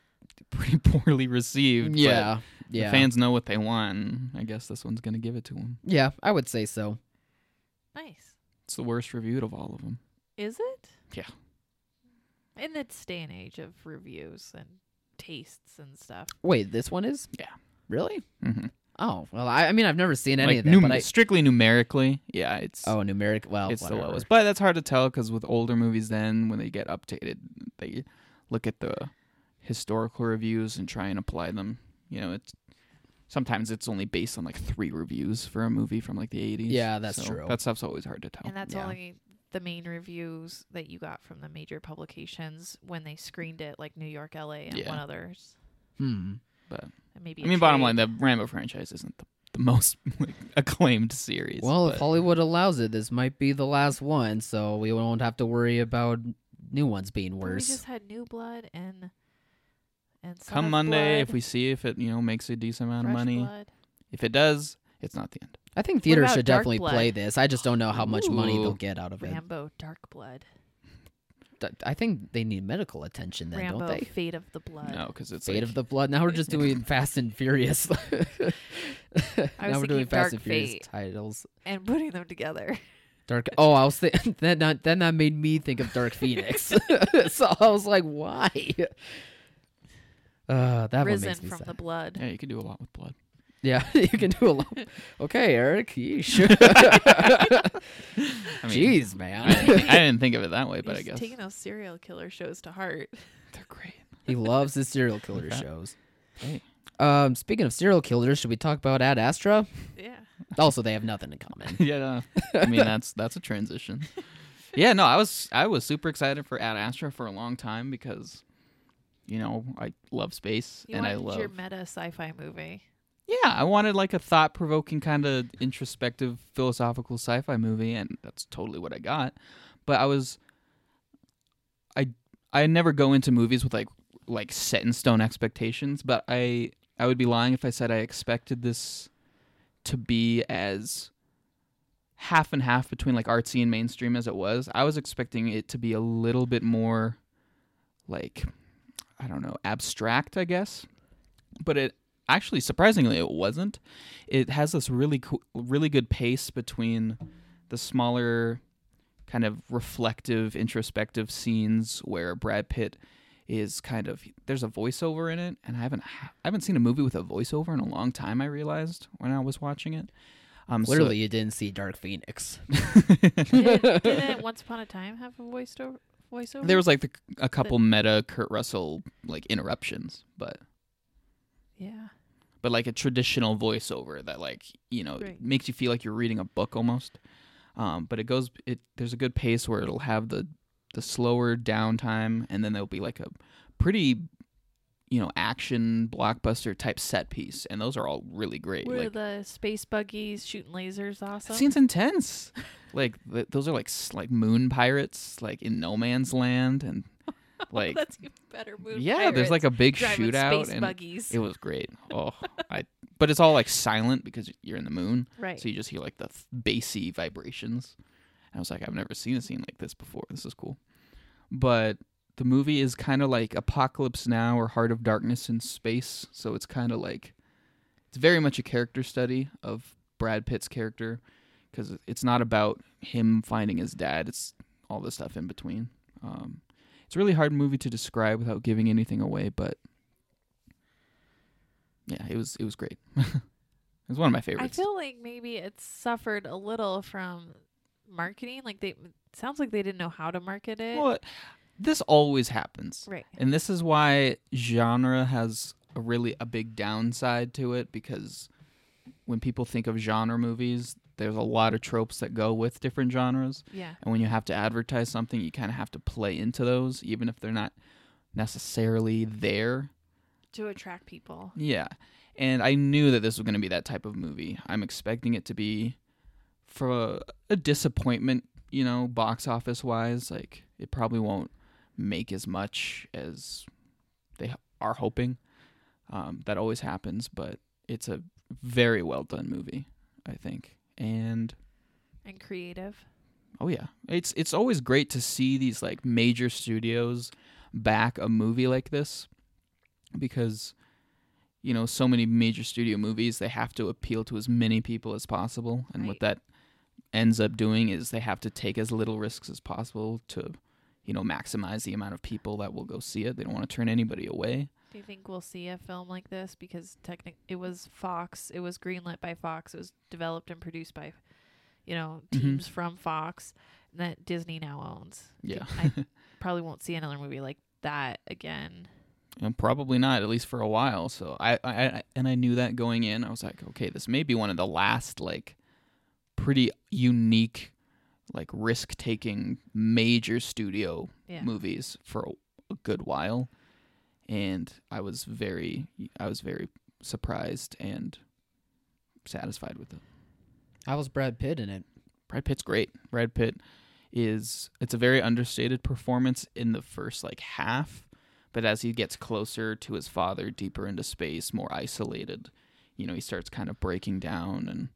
D: pretty poorly received. but
C: yeah, yeah,
D: The fans know what they want. and I guess this one's gonna give it to them.
C: yeah. I would say so.
B: Nice.
D: It's the worst reviewed of all of them.
B: Is it?
D: Yeah.
B: In this day and age of reviews and tastes and stuff.
C: Wait, this one is
D: Yeah.
C: really.
D: Mm-hmm.
C: Oh well, I, I mean, I've never seen any
D: Like
C: of them.
D: num-
C: but I,
D: strictly numerically, yeah, it's
C: oh, numeric. Well,
D: it's
C: whatever.
D: the lowest. But that's hard to tell because with older movies, then when they get updated, they look at the historical reviews and try and apply them. You know, it's sometimes it's only based on like three reviews for a movie from like the eighties.
C: Yeah, that's true.
D: That stuff's always hard to tell.
B: And that's
C: Oh, yeah.
B: only the main reviews that you got from the major publications when they screened it, like New York, LA, and
D: Yeah.
B: one others.
C: Hmm.
D: But
B: And maybe
D: I
B: a
D: mean, bottom
B: trade.
D: line, the Rambo franchise isn't the, the most like, acclaimed series.
C: Well, if
D: but-
C: Hollywood allows it, this might be the last one, so we won't have to worry about new ones being
B: But We
C: worse.
B: just had new blood and and Son
D: come
B: of
D: Monday,
B: Blood,
D: if we see if it you know makes a decent amount
B: Fresh
D: of money,
B: Blood.
D: if it does, it's not the end.
C: I think theater
B: about
C: should
B: Dark
C: definitely
B: Blood?
C: play this. I just don't know how much money
D: Ooh.
C: they'll get out of it.
B: Rambo Dark Blood.
C: Th- I think they need medical attention then,
B: Rambo
C: don't they?
B: Fate of the Blood.
D: No, because it's
C: Fate
D: like,
C: of the Blood. Now we're just doing Fast and Furious. now we're
B: thinking
C: doing Fast
B: Dark
C: and Furious
B: Fate.
C: titles.
B: And putting them together.
C: Dark. Oh, I was thinking that. Not, then that made me think of Dark Phoenix. so I was like, why? Uh, that one
B: Risen
C: makes me
B: from
C: sad.
B: the blood.
D: yeah, you could do a lot with blood.
C: Yeah, you can do a lot. Okay, Eric. Yeesh.
D: I mean,
C: Jeez,
D: I
C: man.
D: didn't, think, I didn't think of it that way, but I
B: He's
D: guess
B: taking those serial killer shows to heart.
D: they're great.
C: he loves his serial killer
D: Yeah.
C: shows.
D: Hey.
C: Um, speaking of serial killers, should we talk about Ad Astra?
B: Yeah.
C: Also, they have nothing in common.
D: yeah, no. I mean that's that's a transition. Yeah, no, I was I was super excited for Ad Astra for a long time because, you know, I love space
B: You
D: and I
B: wanted
D: love
B: your meta sci-fi movie.
D: Yeah, I wanted like a thought provoking kind of introspective philosophical sci fi movie, and that's totally what I got. But I was I I never go into movies with like like set in stone expectations, but I I would be lying if I said I expected this to be as half and half between like artsy and mainstream as it was. I was expecting it to be a little bit more like I don't know, abstract, I guess. But it actually surprisingly it wasn't it has this really cool really good pace between the smaller kind of reflective introspective scenes where brad pitt is kind of there's a voiceover in it and i haven't i haven't seen a movie with a voiceover in a long time i realized when i was watching it um so-
C: Literally, you didn't see Dark Phoenix.
B: Didn't, didn't Once Upon a Time have a voice over, voiceover?
D: there was like the, a couple meta kurt russell like interruptions but
B: yeah.
D: but like a traditional voiceover that like you know
B: Right.
D: makes you feel like you're reading a book almost um, but it goes it there's a good pace where it'll have the the slower downtime and then there'll be like a pretty you know action blockbuster type set piece and those are all really great
B: Were
D: like
B: the space buggies shooting lasers awesome?
D: that scene's intense like th- those are like s- like moon pirates like in no man's land and like
B: That's even better movie.
D: yeah there's like a big
B: driving
D: shootout
B: space
D: and
B: buggies.
D: it was great oh i but it's all like silent because you're in the moon
B: right.
D: So you just hear like the th- bassy vibrations. And I was like, I've never seen a scene like this before. This is cool. But the movie is kind of like Apocalypse Now or Heart of Darkness in Space. So it's kind of like, it's very much a character study of Brad Pitt's character because it's not about him finding his dad. It's all the stuff in between. Um, it's a really hard movie to describe without giving anything away, but yeah, it was it was great. it was one of my
B: I
D: favorites.
B: feel like maybe it suffered a little from marketing. Like they it sounds like they didn't know how to market it.
D: Well, this always happens,
B: right.
D: and this is why genre has a really a big downside to it because when people think of genre movies, there's a lot of tropes that go with different genres,
B: Yeah.
D: and when you have to advertise something, you kind of have to play into those, even if they're not necessarily there.
B: To attract people.
D: Yeah. And I knew that this was going to be that type of movie. I'm expecting it to be for a, a disappointment, you know, box office wise. Like, it probably won't make as much as they h- are hoping. Um, that always happens, but it's a very well done movie, I think. And
B: And creative.
D: Oh yeah. It's it's always great to see these like major studios back a movie like this because you know, so many major studio movies they have to appeal to as many people as possible and what
B: Right.
D: that ends up doing is they have to take as little risks as possible to you know, maximize the amount of people that will go see it. They don't want to turn anybody away.
B: Do you think we'll see a film like this? Because technic, it was Fox. It was greenlit by Fox. It was developed and produced by, you know,
D: Mhm.
B: teams from Fox that Disney now owns. Do-
D: Yeah.
B: I probably won't see another movie like that again.
D: And probably not, at least for a while. So I, I, I and I knew that going in. I was like, okay, this may be one of the last like pretty unique, like risk taking major studio
B: Yeah.
D: movies for a, a good while. And I was very, I was very surprised and satisfied with it.
C: How was Brad Pitt in it?
D: Brad Pitt's great. Brad Pitt is it's a very understated performance in the first like half, but as he gets closer to his father, deeper into space, more isolated, you know, he starts kind of breaking down and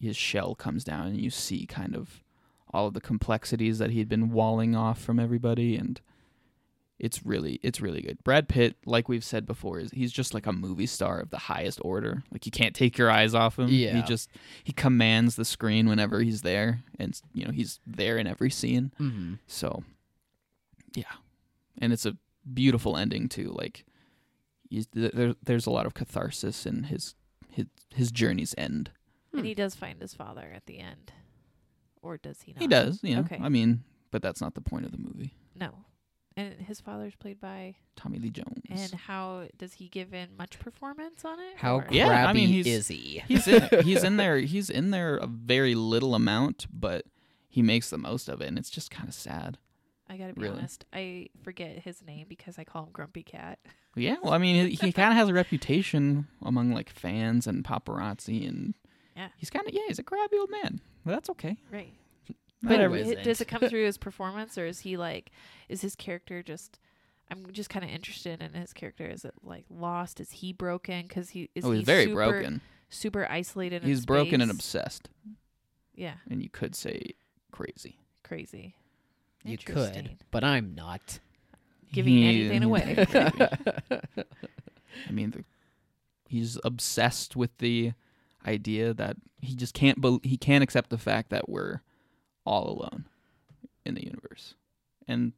D: his shell comes down and you see kind of all of the complexities that he'd been walling off from everybody and it's really it's really good. Brad Pitt, like we've said before, is he's just like a movie star of the highest order. Like you can't take your eyes off him.
C: Yeah.
D: He just he commands the screen whenever he's there and you know, he's there in every scene.
C: Mm-hmm.
D: So, yeah, and it's a beautiful ending too. Like, you, there, there's a lot of catharsis in his his his journey's end.
B: And
D: Hmm.
B: he does find his father at the end. Or does he not?
D: He does, you know.
B: Ah, Okay.
D: I mean, but that's not the point of the movie.
B: No. And his father's played by.
D: Tommy Lee Jones.
B: And how does he give in much performance on it?
C: How
B: or-
C: crabby
D: Yeah, I mean, he's-
C: is he?
D: he's in it. he's in there he's in there a very little amount, but he makes the most of it and it's just kind of sad.
B: I gotta be
D: Really?
B: honest. I forget his name because I call him Grumpy Cat.
D: Yeah, well, I mean, he, he kind of has a reputation among like fans and paparazzi, and
B: Yeah.
D: he's kind of yeah, he's a crabby old man. But that's okay.
B: Right.
D: Not
B: But
D: every-
C: it-
B: it- does
C: isn't.
B: it come through his performance, or is he like, is his character just? I'm just kind of interested in his character. Is it like lost? Is he broken? Because he is
D: oh, he's
B: he
D: very
B: super,
D: broken.
B: super isolated. in
D: He's broken and
B: space?
D: obsessed,
B: Yeah,
D: and you could say crazy.
B: crazy.
C: You could,
B: Interesting.
C: but I'm not.
B: Giving anything away.
D: I mean, the, he's obsessed with the idea that he just can't bel he can't accept the fact that we're all alone in the universe, and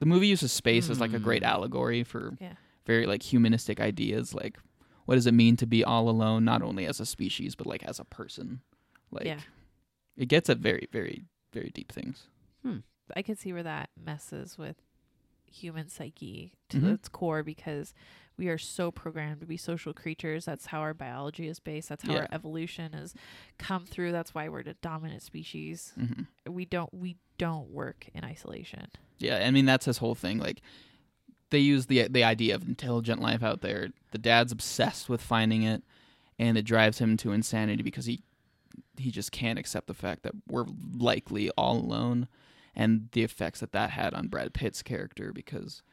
D: the movie uses space as like a great
C: Hmm.
D: allegory for
B: Yeah.
D: very like humanistic ideas, like what does it mean to be all alone, not only as a species but like as a person. Like,
B: Yeah.
D: it gets at very, very, very deep things.
B: I can see where that messes with human psyche to
D: Mhm.
B: its core because we are so programmed to be social creatures. That's how our biology is based. That's how
D: Yeah.
B: our evolution has come through. That's why we're the dominant species.
D: Mm-hmm.
B: We don't we don't work in isolation.
D: Yeah, I mean that's his whole thing. Like they use the the idea of intelligent life out there. The dad's obsessed with finding it, and it drives him to insanity because he he just can't accept the fact that we're likely all alone, and the effects that that had on Brad Pitt's character because.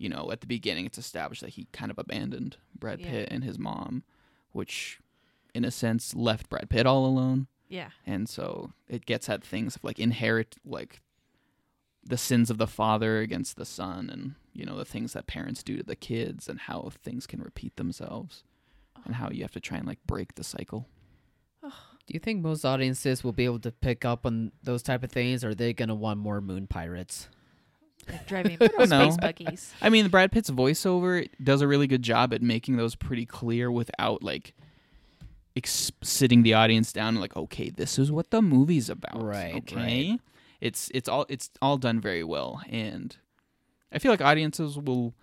D: You know, at the beginning, it's established that he kind of abandoned Brad
B: Yeah.
D: Pitt and his mom, which, in a sense, left Brad Pitt all alone
B: Yeah.
D: and so it gets at things of like inherit like the sins of the father against the son and you know the things that parents do to the kids and how things can repeat themselves and how you have to try and like break the cycle
C: Do you think most audiences will be able to pick up on those type of things, or are they gonna want more moon pirates?
B: Like driving little
D: know.
B: space buggies.
D: i mean brad pitt's voiceover does a really good job at making those pretty clear without like ex- sitting the audience down and like okay this is what the movie's about
C: Right,
D: okay it's it's all it's all done very well and i feel like audiences will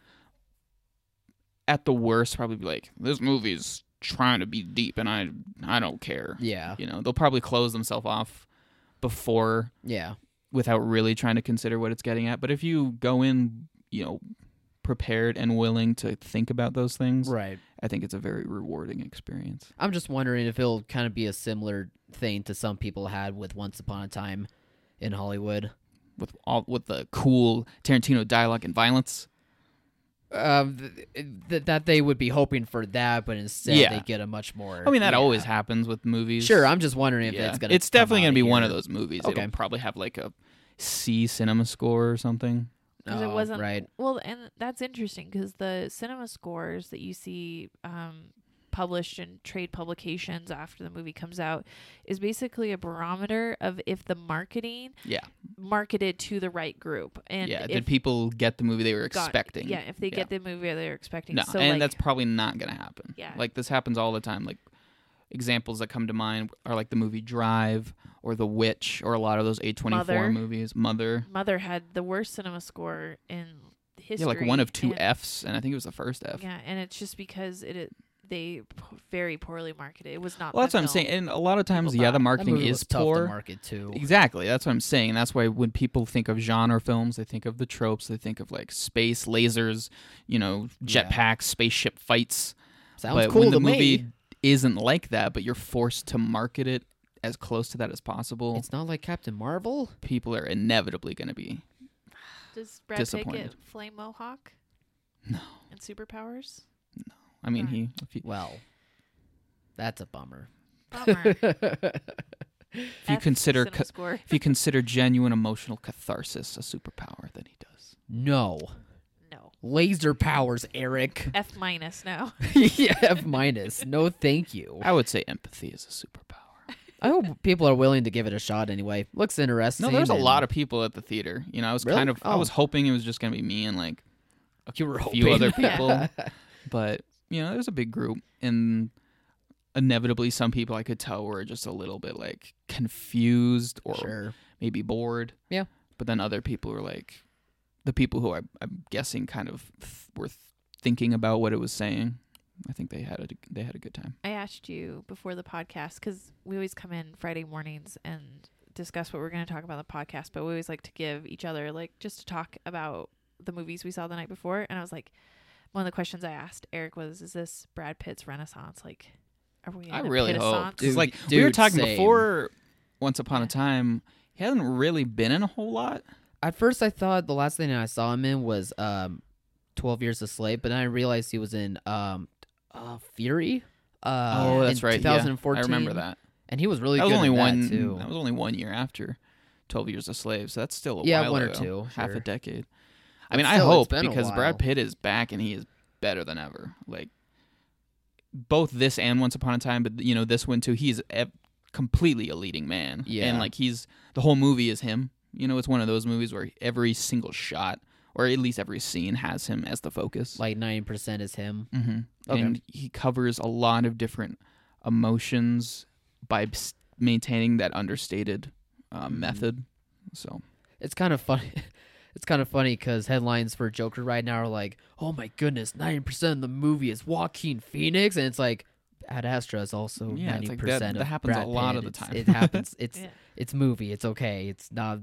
D: at the worst probably be like this movie's trying to be deep and i i don't care
C: Yeah,
D: you know they'll probably close themselves off before
C: yeah,
D: without really trying to consider what it's getting at. But if you go in, you know, prepared and willing to think about those things,
C: right.
D: I think it's a very rewarding experience.
C: I'm just wondering if it'll kind of be a similar thing to some people had with Once Upon a Time in Hollywood.
D: With all with the cool Tarantino dialogue and violence.
C: Um, th- th- that they would be hoping for that, but instead
D: Yeah.
C: they get a much more.
D: I mean, that
C: yeah.
D: always happens with movies.
C: Sure, I'm just wondering if
D: Yeah.
C: it's gonna.
D: it's
C: come
D: definitely
C: out
D: gonna be one of
C: here.
D: those movies.
C: Okay.
D: It'll probably have like a C cinema score or something.
B: 'Cause it
C: Oh,
B: wasn't-
C: right.
B: Well, and that's interesting because the cinema scores that you see um, published in trade publications after the movie comes out is basically a barometer of if the marketing
D: Yeah.
B: marketed to the right group and
D: yeah.
B: if
D: Did people get the movie they were
B: got-
D: expecting?
B: yeah, if they
D: Yeah.
B: get the movie they're expecting.
D: No,
B: so
D: and
B: like,
D: that's probably not gonna happen.
B: Yeah.
D: like this happens all the time. Like examples that come to mind are like the movie Drive or The Witch or a lot of those A twenty four
B: Mother.
D: movies. Mother,
B: Mother had the worst cinema score in history.
D: yeah, like one of two
B: and-
D: Fs, and I think it was the first F.
B: Yeah, and it's just because it, it they p- very poorly marketed. It was not.
D: Well,
B: the
D: that's what I'm
B: film.
D: saying. And a lot of times,
B: People
D: yeah, the
B: thought-
C: That
D: marketing
C: movie
D: is
C: was tough to
D: poor.
C: market too.
D: Exactly. That's what I'm saying. That's why when people think of genre films, they think of the tropes. They think of like space, lasers, you know,
C: Yeah.
D: jetpacks, spaceship fights.
C: Sounds
D: but
C: cool
D: when the
C: to
D: movie
C: me.
D: isn't like that, but you're forced to market it as close to that as possible,
C: It's not like Captain Marvel.
D: people are inevitably going to be.
B: Does Brad Pitt get
D: Disappointed.
B: flame mohawk?
D: No.
B: And superpowers.
D: I mean,
B: Right.
D: he, if you,
C: Well, that's a bummer.
B: Bummer.
D: if you consider ca-
B: cinema score.
D: if you consider genuine emotional catharsis a superpower, then he does.
C: no.
B: No.
C: Laser powers, Eric.
B: F minus now.
C: yeah, F minus. No, thank you.
D: I would say empathy is a superpower.
C: I hope people are willing to give it a shot anyway. Looks interesting.
D: No, there's a lot of people at the theater. You know, I was
C: Really?
D: kind of I
C: Oh.
D: was hoping it was just going to be me and like
C: you were
D: a few other
C: hoping.
D: people, but you know, there's a big group, and inevitably, some people I could tell were just a little bit like confused or
C: sure.
D: maybe bored.
C: Yeah.
D: But then other people were like, the people who I, I'm guessing kind of th- were th- thinking about what it was saying. I think they had a they had a good time.
B: I asked you before the podcast because we always come in Friday mornings and discuss what we're going to talk about on the podcast, but we always like to give each other like just to talk about the movies we saw the night before. And I was like, one of the questions I asked Eric was, "Is this Brad Pitt's Renaissance? Like, are we? In
D: I
B: the
D: really hope.
B: Pittaissance?
D: It's
C: Dude,
D: like we were
C: dude,
D: talking
C: same.
D: before. Once upon
B: Yeah.
D: a time, he hasn't really been in a whole lot.
C: At first, I thought the last thing I saw him in was um, Twelve Years a Slave, but then I realized he was in um, uh, Fury. Uh,
D: oh, that's
C: in
D: right. yeah.
C: 2014.
D: I remember that.
C: and he was really
D: that was
C: good
D: only
C: in
D: one.
C: that too.
D: That was only one year after Twelve Years a Slave. So that's still a
C: Yeah,
D: while
C: one or
D: ago,
C: two,
D: half
C: sure.
D: a decade. I
C: But
D: mean, I
C: still, it's
D: hope
C: been a
D: because
C: while.
D: Brad Pitt is back and he is better than ever. Like both this and Once Upon a Time, but you know this one too. He's e- completely a leading man.
C: Yeah.
D: and like he's the whole movie is him. You know, it's one of those movies where every single shot, or at least every scene, has him as the focus.
C: like nine percent is him.
D: hmm
C: Okay.
D: And he covers a lot of different emotions by s- maintaining that understated uh,
C: Mm-hmm.
D: method. So
C: It's kind of funny. It's kind of funny because headlines for Joker right now are like, "Oh my goodness, nine percent of the movie is Joaquin Phoenix," and it's like, "Ad Astra is also ninety
D: Yeah, it's like that-
C: percent."
D: that happens a lot of the time.
C: It happens. It's
B: Yeah.
C: it's movie. It's okay. It's not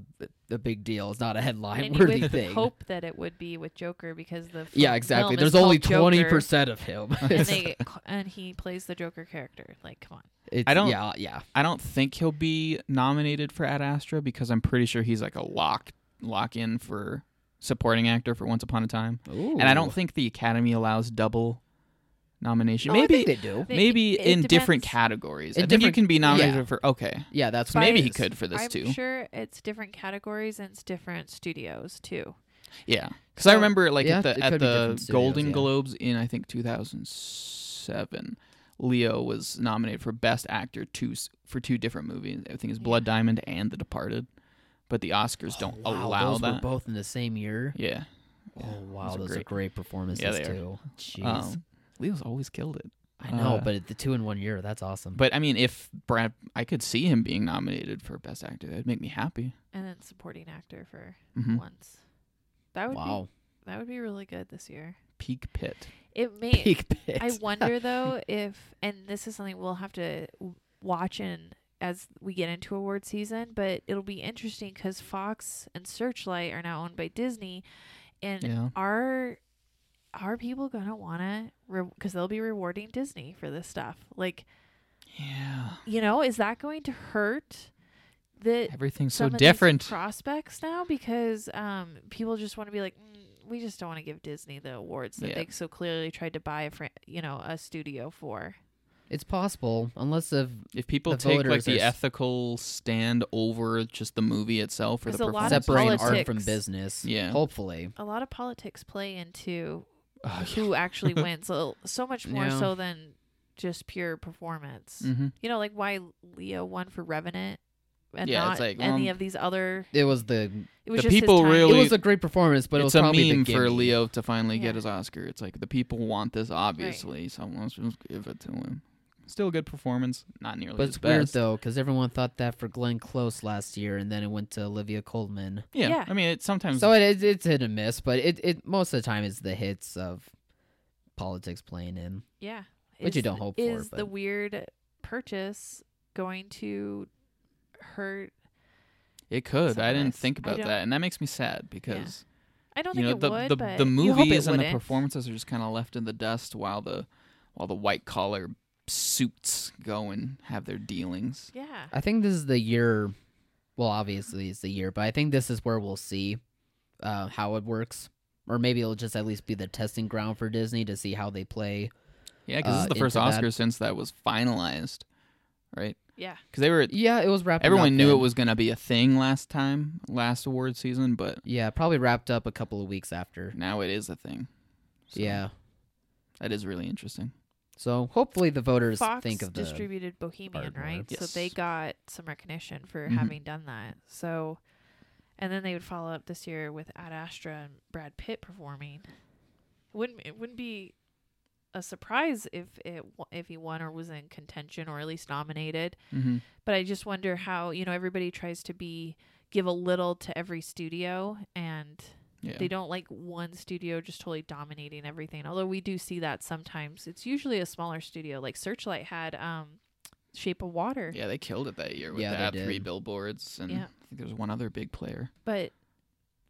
C: a big deal. It's not a headline
B: and you
C: worthy
B: would
C: thing.
B: hope that it would be with Joker because the
C: yeah,
B: film
C: exactly.
B: is
C: There's only
B: called Joker,
C: twenty percent of him.
B: and they and he plays the Joker character. Like, come on,
C: It's-
D: I don't-
C: Yeah, yeah.
D: I don't think he'll be nominated for Ad Astra because I'm pretty sure he's like a lock lock in for supporting actor for Once Upon a Time, and I don't think the Academy allows double nomination.
C: Oh, I
D: maybe
C: think they do.
B: They-
D: maybe
B: it
D: in different
B: depends.
D: categories.
C: In
D: I think you
C: different-
D: can be nominated
C: yeah.
D: for okay.
C: Yeah, that's
D: So maybe he
B: Bias.
D: could for this
B: I'm
D: too.
B: sure it's different categories and it's different studios too.
D: Yeah, because I
B: So-
D: remember like
C: Yeah,
D: at
C: it
D: the
C: could
D: at
C: be different
D: the
C: studios,
D: Golden
C: yeah.
D: Globes in I think 2007, Leo was nominated for Best Actor two s- for two different movies. I think it's Blood Diamond and The Departed, but the Oscars don't
C: Oh, wow,
D: allow
C: those
D: that.
C: Were both in the same year.
D: yeah,
C: Oh wow,
D: those are
C: those, are,
D: great.
C: great. performances
D: Yeah, they are.
C: too. Jeez,
D: um, Leo's always killed it.
C: I know,
D: uh,
C: but the two in one year, that's awesome.
D: But I mean, if Brad, I could see him being nominated for Best Actor. That'd make me happy.
B: and then supporting actor for
D: Mhm.
B: once. That would
C: wow,
B: be that would be really good this year.
D: Peak Pit.
B: It may.
C: peak pit.
B: I wonder though if and this is something we'll have to w- watch in as we get into award season, but it'll be interesting because Fox and Searchlight are now owned by Disney, and
D: Yeah.
B: are are people gonna wanna because they'll be rewarding Disney for this stuff? Like,
D: Yeah,
B: you know, is that going to hurt? The
D: everything's so
B: some of these
D: different.
B: prospects now because um, people just want to be like, mm, we just don't want to give Disney the awards that
D: Yeah.
B: they so clearly tried to buy a fran- you know a studio for.
C: It's possible, unless if
D: if people
C: the
D: take like
C: voters
D: the
C: are s-
D: ethical stand over just the movie itself or the
B: 'Cause a lot
D: performance,
B: of
C: separating art
B: politics.
C: from business.
D: Yeah.
C: hopefully.
B: A lot of politics play into
D: Oh, yeah.
B: who actually wins so, so much more
C: Yeah.
B: so than just pure performance.
C: Mm-hmm.
D: Mhm.
B: You know, like why Leo won for Revenant and
D: Yeah,
B: not
D: it's like,
B: any
D: well,
B: of these other.
C: It was the
B: It was
D: the
B: just his
D: people
B: time.
D: really-
C: it was a great performance, but it was
D: it's a
C: probably the
D: meme for
C: gimme.
D: Leo to finally
B: Yeah.
D: get his Oscar. It's like the people want this, obviously. Someone else just give it to him. Still a good performance, not nearly
C: But
D: as
C: it's weird
D: best.
C: though, because everyone thought that for Glenn Close last year, and then it went to Olivia Colman.
D: Yeah,
B: Yeah.
D: I mean, it sometimes
C: So it, it, it's hit and miss, but it, it most of the time is the hits of politics playing in.
B: Yeah.
C: Which you
B: Is
C: don't
B: th-
C: hope for,
B: Is the
C: but-
B: weird purchase going to hurt?
D: it could.
B: some
D: I
B: of
D: didn't
B: this. I
D: think about
B: don't-
D: that, and that makes me sad because
B: I don't
D: you know
B: think
D: the
B: it would.
D: the,
B: but
D: the
B: you hope it
D: movies and the
B: wouldn't.
D: performances are just kind of left in the dust while the while the white collar suits go and have their dealings.
B: Yeah.
C: I think this is the year. Well, obviously it's the year, but I think this is where we'll see uh, how it works, or maybe it'll just at least be the testing ground for Disney to see how they play.
D: Yeah, because
C: uh,
D: this is the first
C: into that.
D: Oscar since that was finalized, right?
B: Yeah.
D: Because they were
C: Yeah, it was wrapped.
D: everyone knew it was going to be a thing last time, last award season, but
C: Yeah, probably wrapped up a couple of weeks after.
D: now it is a thing. So
C: Yeah,
D: that is really interesting.
C: so hopefully the voters
B: Fox
C: think of the.
B: distributed Bohemian,
C: hard
B: right?
C: work.
B: So they
D: Yes.
B: got some recognition for
D: Mhm.
B: having done that. So, and then they would follow up this year with Ad Astra and Brad Pitt performing. It wouldn't it wouldn't be a surprise if it w- if he won or was in contention or at least nominated.
D: Mm-hmm.
B: But I just wonder how you know everybody tries to be give a little to every studio and
D: Yeah.
B: they don't like one studio just totally dominating everything. Although we do see that sometimes. It's usually a smaller studio. Like Searchlight had um Shape of Water.
D: yeah, they killed it that year with
C: Yeah, they
D: that three
C: did.
D: billboards, and
B: Yeah.
D: I think there was one other big player.
B: But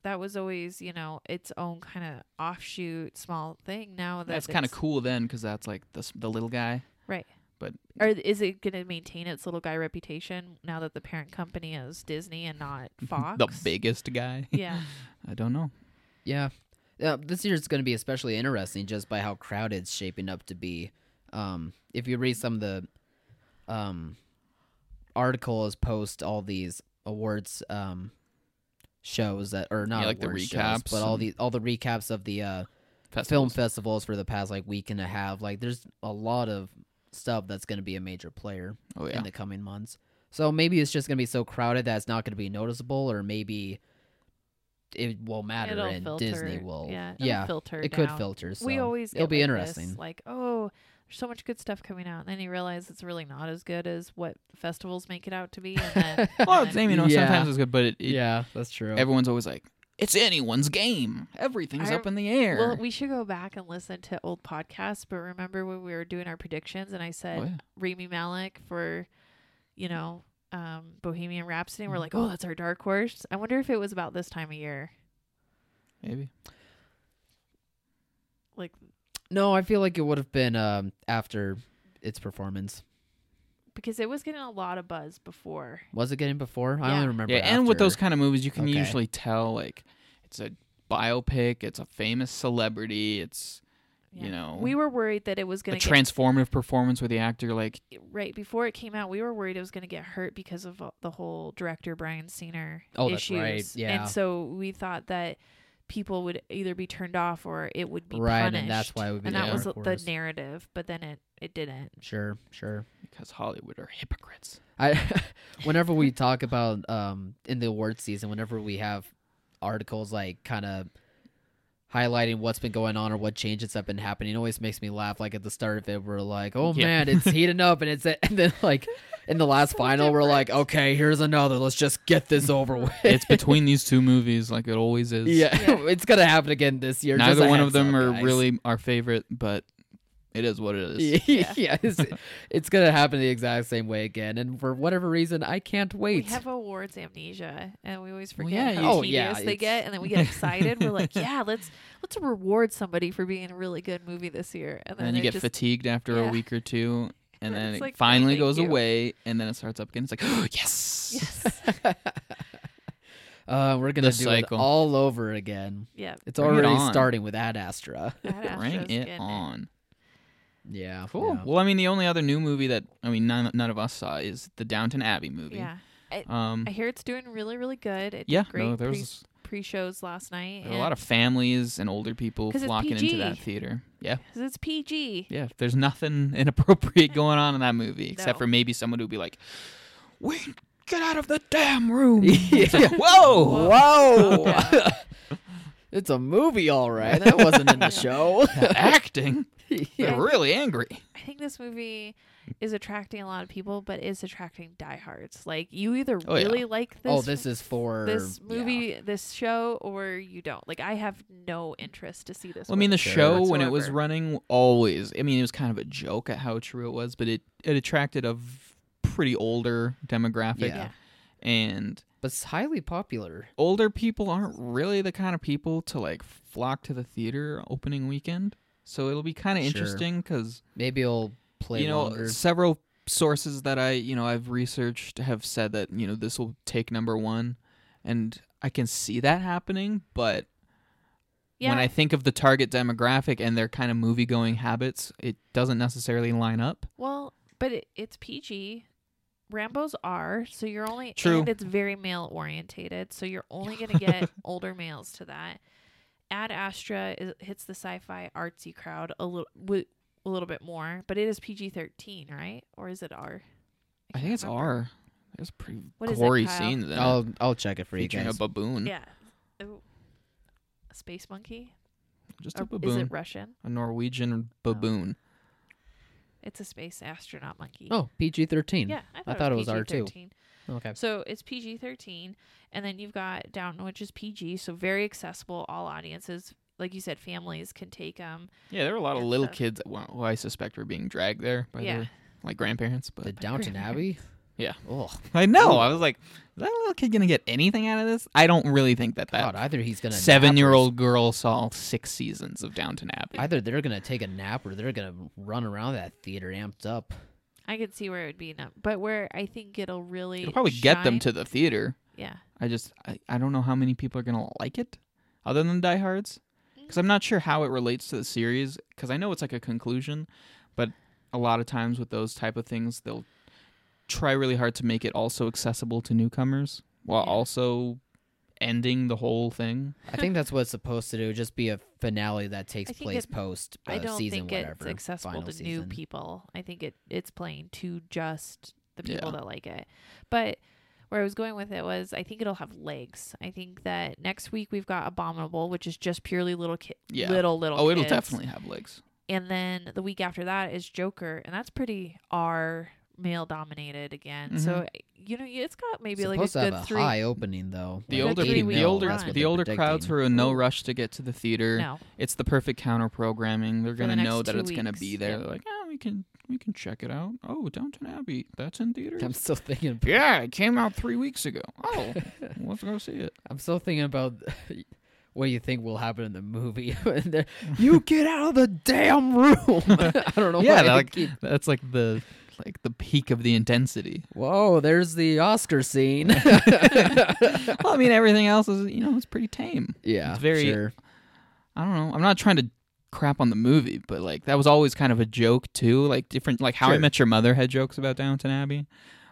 B: that was always, you know, its own kind of offshoot small thing. Now Oh, that
D: That's kind of
B: it's-
D: cool then, because that's like the s- the little guy.
B: Right.
D: But-
B: or is it going to maintain its little guy reputation now that the parent company is Disney and not Fox?
D: The biggest guy.
B: Yeah.
D: I don't know.
C: Yeah. Yeah, this year's going to be especially interesting just by how crowded it's shaping up to be. Um, if you read some of the um, articles post all these awards um, shows that or not
D: Yeah, like the
C: awards
D: recaps
C: shows, but all
D: and-
C: the all the recaps of the uh, film
D: Festivals.
C: festivals for the past like week and a half. Like there's a lot of stuff that's going to be a major player
D: Oh yeah.
C: in the coming months. So maybe it's just going to be so crowded that it's not going to be noticeable, or maybe it won't matter
B: It'll
C: and
B: filter.
C: Disney will.
B: Yeah. it'll
C: yeah
B: filter
C: it could
B: down.
C: filter. So
B: we always
C: it'll
B: get
C: be
B: like this,
C: interesting.
B: like, oh, there's so much good stuff coming out, and then you realize it's really not as good as what festivals make it out to be. And then,
D: well,
B: and
D: it's,
B: then-
D: I mean, you know,
C: Yeah.
D: sometimes it's good, but it, it-
C: yeah, that's true.
D: everyone's always like, it's anyone's game. Everything's
B: I-
D: up in the air.
B: well, we should go back and listen to old podcasts. But remember when we were doing our predictions, and I said
D: Oh, yeah.
B: Rami Malik for, you know, um, Bohemian Rhapsody. And we're like, oh, that's our dark horse. I wonder if it was about this time of year.
D: Maybe.
B: Like,
C: no, I feel like it would have been um, after its performance.
B: because it was getting a lot of buzz before.
C: Was it getting before? I
B: Yeah.
C: only remember.
D: Yeah, and with
C: after.
D: those kind of movies, you can
C: Okay.
D: usually tell like it's a biopic, it's a famous celebrity, it's
B: Yeah.
D: you know
B: we were worried that it was
D: a
B: going to get
D: transformative performance with the actor. Like,
B: right before it came out, we were worried it was going to get hurt because of uh, the whole director Brian Singer
C: Oh, that's
B: issues.
C: right, yeah.
B: And so we thought that people would either be turned off or it would be
C: Right,
B: punished.
C: and that's why it would be
B: And
D: the
B: that was
C: dark
B: the
C: horse.
B: narrative, but then it it didn't.
C: sure, sure.
D: because Hollywood are hypocrites.
C: I whenever we talk about um in the award season, whenever we have articles like kind of highlighting what's been going on or what changes have been happening, it always makes me laugh. Like at the start of it, we're like, "Oh
D: Yeah.
C: man, it's heating up," and it's and then like in the last final, we're like, "Okay, here's another. Let's just get this over with."
D: it's between these two movies, like it always is.
C: yeah,
B: Yeah.
C: it's gonna happen again this year. just
D: neither
C: a
D: one of
C: heads
D: them
C: up,
D: are
C: guys.
D: really our favorite, but it is what it is.
C: Yeah, it's, it's gonna happen the exact same way again, and for whatever reason, I can't wait.
B: We have awards amnesia, and we always
D: Well,
B: forget how
D: yeah,
C: you- Oh, yeah,
B: tedious they
C: it's-
B: get, and then we get excited. we're like, yeah, let's let's reward somebody for being in a really good movie this year, and
D: And
B: then,
D: then you
B: it
D: get
B: just,
D: fatigued after
B: yeah.
D: a week or two, and then
B: It's
D: it
B: like, no,
D: finally
B: thank
D: goes
B: you.
D: away, and then it starts up again. It's like, yes,
B: Yes.
C: Uh, we're gonna
D: The
C: do
D: cycle.
C: it all over again.
B: yeah.
C: It's
D: Bring it
C: already
D: on.
C: starting with Ad Astra.
B: Bad
D: bring
B: Astro's
D: it
B: getting
D: on.
C: Yeah.
D: Cool.
C: yeah.
D: Well, I mean, the only other new movie that I mean, none, none of us saw is the Downton Abbey movie.
B: Yeah.
D: Um.
B: I hear it's doing really, really good. It
D: yeah.
B: did great
D: no, there
B: pre-
D: was,
B: pre-shows last night.
D: there were a lot of families and older people
B: 'Cause it's
D: flocking into
B: PG.
D: that theater. Yeah.
B: because it's PG.
D: Yeah. There's nothing inappropriate going on in that movie except
B: No.
D: for maybe someone who'd be like, "Wait, get out of the damn room!" It's
C: Yeah.
D: like, Whoa.
C: Whoa!
B: Yeah.
C: it's a movie, all right. That wasn't in the
B: Yeah.
C: show.
D: Acting.
C: yeah.
D: They're really angry.
B: I think this movie is attracting a lot of people, but is attracting diehards. Like you either
D: Oh, yeah.
B: really like this,
C: Oh, this is for
B: this
C: yeah.
B: movie, this show, or you don't. Like I have no interest to see this.
D: Well, I mean, the
B: movie.
C: Sure.
D: show when it was
B: whatsoever.
D: running always. I mean, it was kind of a joke at how true it was, but it it attracted a v- pretty older demographic,
C: Yeah.
D: and
C: but it's highly popular.
D: older people aren't really the kind of people to like flock to the theater opening weekend. So it'll be kind of
C: Sure.
D: interesting because
C: Maybe it'll play
D: you know
C: longer.
D: several sources that I you know I've researched have said that you know this will take number one, and I can see that happening, but
B: yeah.
D: when I think of the target demographic and their kind of movie going habits, it doesn't necessarily line up.
B: well, but it, it's PG. Rambo's are so you're only
D: True.
B: and it's very male orientated, so you're only gonna get older males to that. Ad Astra is, hits the sci-fi artsy crowd a little wi- a little bit more, but it is PG-13, right? Or is it R?
D: I
B: can't
D: think it's
B: remember.
D: R. There's pretty
B: What is it,
D: gory
B: Kyle?
D: scenes in it
C: I'll I'll check it for you
D: featuring a
C: guys.
D: baboon.
B: Yeah. Ooh. A Oh. space monkey.
D: Just
B: Or
D: a
B: is
D: baboon.
B: it oh. Russian?
D: A Norwegian baboon.
B: It's a space astronaut monkey.
C: Oh, PG thirteen.
B: yeah, I thought,
C: thought it was
B: PG-13.
C: Okay.
B: So it's PG 13. And then you've got Downton, which is PG. So very accessible, all audiences. Like you said, families can take them.
D: Yeah, there were a lot of
B: Yeah,
D: little
B: so-
D: kids that, well, who I suspect were being dragged there by
B: Yeah.
D: their like grandparents.
C: The
D: But
C: Downton Abbey.
D: Yeah.
C: Oh
D: I know. I was like, is that little kid gonna get anything out of this? I don't really think that
C: God,
D: that
C: either he's gonna nap or
D: seven-year-old girl saw six seasons of Downton Abbey.
C: Either they're gonna take a nap or they're gonna run around that theater amped up.
B: I could see where it would be. Num- but where I think it'll really.
D: It'll probably get them
B: shine-
D: to the theater.
B: Yeah.
D: I just I, I don't know how many people are gonna like it, other than diehards,
B: Mm.
D: because I'm not sure how it relates to the series. Because I know it's like a conclusion, but a lot of times with those type of things, they'll try really hard to make it also accessible to newcomers while
B: Yeah.
D: also ending the whole thing.
C: I think that's what it's supposed to do. Just be a finale that takes
B: I think
C: place
B: it-
C: post uh,
B: I don't
C: season,
B: think
C: whatever.
B: it's accessible
C: final
B: to new
C: season.
B: people. I think it it's playing to just the people
D: Yeah.
B: that like it. But where I was going with it was I think it'll have legs. I think that next week we've got Abominable, which is just purely little kid
D: Yeah.
B: little little
D: oh, it'll
B: kids.
D: definitely have legs.
B: And then the week after that is Joker, and that's pretty R male dominated again. So you know it's got maybe
C: Mm-hmm. Supposed
B: like a
C: to have
B: good
C: a
B: three
C: high opening though.
D: The
B: Like
D: older,
B: eighty
D: peop- the
B: mil,
D: older,
B: that's what
D: the
B: they're
D: older crowds who are in no rush to get to the theater.
B: no.
D: It's the perfect counter programming. They're
B: For the
D: gonna
B: next
D: know that
B: two
D: it's gonna
B: weeks,
D: be there.
B: yep.
D: They're like, yeah, we can we can check it out. Oh, Downton Abbey, that's in theaters.
C: I'm still thinking.
D: Yeah, it came out three weeks ago. Oh, let's go see it.
C: I'm still thinking about what you think will happen in the movie. And they're, you get out of the damn room. I don't know.
D: Yeah,
C: why
D: they're
C: I
D: like-
C: keep-
D: That's like the like the peak of the intensity.
C: whoa, there's the Oscar scene.
D: Well, I mean, everything else is you know it's pretty tame.
C: yeah,
D: It's very-
C: sure.
D: I don't know. I'm not trying to crap on the movie, but like that was always kind of a joke too. Like different, like How I
C: Sure.
D: Met Your Mother had jokes about Downton Abbey,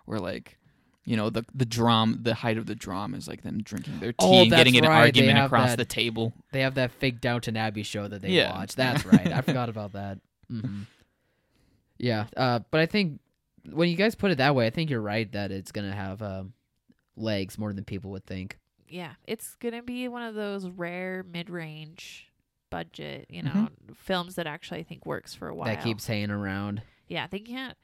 D: where like. You know the the drama, the height of the drama is like them drinking their tea
C: Oh,
D: and getting
C: that's
D: in an
C: right, they
D: argument
C: have
D: across
C: that.
D: the table.
C: They have that fake Downton Abbey show that they
D: Yeah.
C: watch. That's right. I forgot about that. hmm Yeah, uh, but I think when you guys put it that way, I think you're right that it's gonna have um, legs more than people would think.
B: yeah, it's gonna be one of those rare mid-range budget, you know,
D: Mhm.
B: films that actually I think works for a while.
C: Mm-hmm. That keeps hanging around.
B: Yeah, they can't.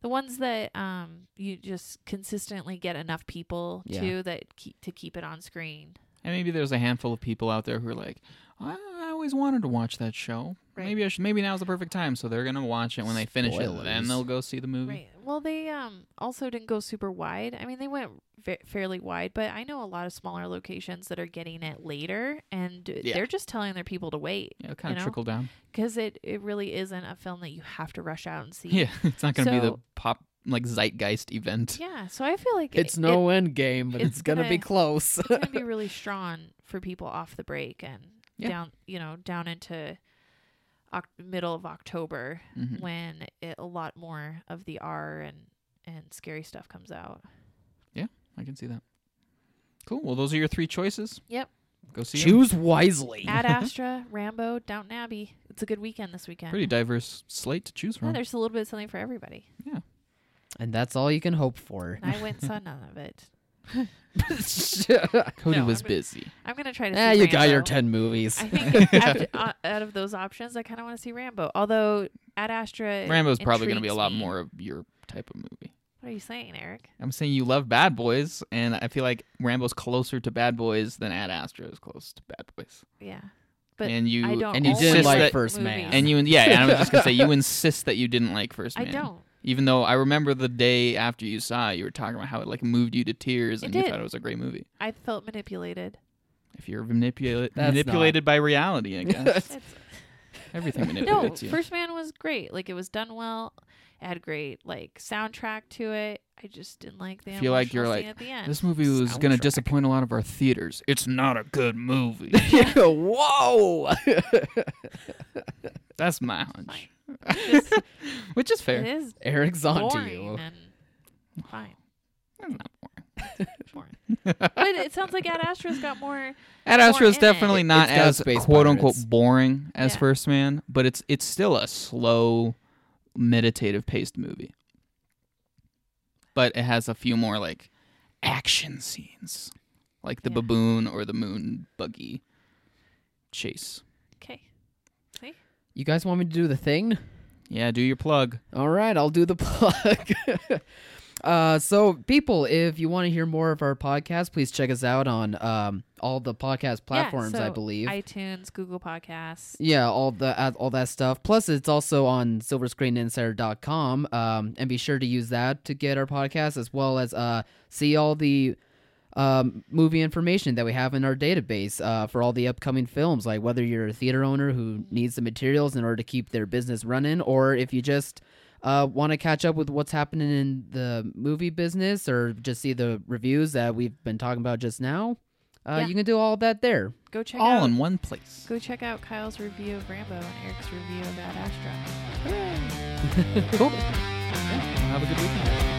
B: The ones that um you just consistently get enough people
C: Yeah.
B: to that keep to keep it on screen.
D: And maybe there's a handful of people out there who are like, I, I always wanted to watch that show.
B: Right.
D: Maybe I should, maybe now's the perfect time. So they're gonna watch it when they finish it,
C: Spoilers.
D: then they'll go see the movie.
B: Right. Well, they um also didn't go super wide. I mean, they went fa- fairly wide, but I know a lot of smaller locations that are getting it later, and
D: Yeah.
B: they're just telling their people to wait
D: Yeah, kind
B: You
D: of
B: know?
D: trickle down.
B: because it it really isn't a film that you have to rush out and see.
D: Yeah, it's not gonna be the
B: So-
D: pop like zeitgeist event.
B: Yeah, so I feel like
C: It's
B: it-
C: no end game, but
B: it's
C: it's, gonna, be
B: gonna-
C: close.
B: it's gonna be really strong for people off the break and
D: Yeah.
B: down you know down into oc- middle of october
D: Mhm.
B: when it, a lot more of the r and and scary stuff comes out
D: I can see that. Cool. Well, those are your three choices.
B: Yep.
D: Go see 'em.
C: Choose wisely.
B: ad
D: Mm-hmm.
B: astra rambo downton abbey it's a good weekend this weekend
D: Pretty diverse slate to choose
B: yeah,
D: from.
B: there's a little bit of something for everybody
C: And that's all you can hope for.
B: and i went and saw none of it
D: Cody
B: No,
D: was
B: I'm gonna-
D: busy.
B: i'm gonna try to
C: Eh,
B: see
C: you got your
B: Rambo.
C: 10 movies.
B: I think after, uh, out of those options, I kind of want to see Rambo. Although Ad Astra,
D: Rambo's probably gonna be a
B: intrigues
D: lot
B: me.
D: more of your type of movie.
B: What are you saying, Eric?
D: I'm saying you love Bad Boys, and I feel like Rambo's closer to Bad Boys than Ad Astra is close to Bad Boys.
B: Yeah, but
D: and you
B: I don't.
C: and you
B: own
D: didn't
B: those
D: like
C: First Man.
D: And you, yeah, and I was just gonna say, you insist that you didn't like First
B: I
D: Man.
B: don't.
D: Even though I remember the day after you saw it, you were talking about how it like moved you to tears,
B: It
D: and
B: did.
D: you thought it was a great movie.
B: I felt manipulated.
D: If you're manipula-
C: That's
D: manipulated by reality, I guess
B: It's,
D: everything
B: no,
D: manipulates you.
B: First Man was great. Like it was done well. It had great like soundtrack to it. I just didn't like the
D: I feel like
B: emotional
D: you're
B: scene
D: like,
B: at the end.
D: This movie was gonna
C: Soundtrack.
D: disappoint a lot of our theaters. It's not a good movie.
C: Whoa!
D: That's my hunch,
B: It's just-
D: which is
B: it
D: fair.
B: is
C: Eric's on to
B: boring
C: you.
B: and fine.
D: It's not boring.
B: Boring. but it sounds like Ad Astra's got more.
D: Ad
B: More
D: Astra is
B: in it.
D: definitely
B: It-
D: not
C: it's got
D: as
C: space
D: quote unquote
C: pirates.
D: boring as
B: Yeah.
D: First Man, but it's it's still a slow, meditative paced movie. But it has a few more like action scenes, like the
B: Yeah.
D: baboon or the moon buggy chase.
B: Okay,
C: You guys want me to do the thing?
D: Yeah, do your plug.
C: All right, I'll do the plug. uh, so, people, if you want to hear more of our podcast, please check us out on um, all the podcast platforms,
B: yeah, so
C: I believe.
B: iTunes, Google Podcasts.
C: yeah, all the uh, all that stuff. Plus, it's also on silverscreeninsider.com. Um, and be sure to use that to get our podcast as well as uh, see all the um, movie information that we have in our database uh, for all the upcoming films. Like whether you're a theater owner who needs the materials in order to keep their business running, or if you just uh, want to catch up with what's happening in the movie business, or just see the reviews that we've been talking about just now, uh,
B: Yeah.
C: you can do all that there.
B: Go check
D: All
B: out
D: in one place.
B: go check out Kyle's review of Rambo and Eric's review of Ad Astra.
D: Cool. Yeah, well, have a good weekend.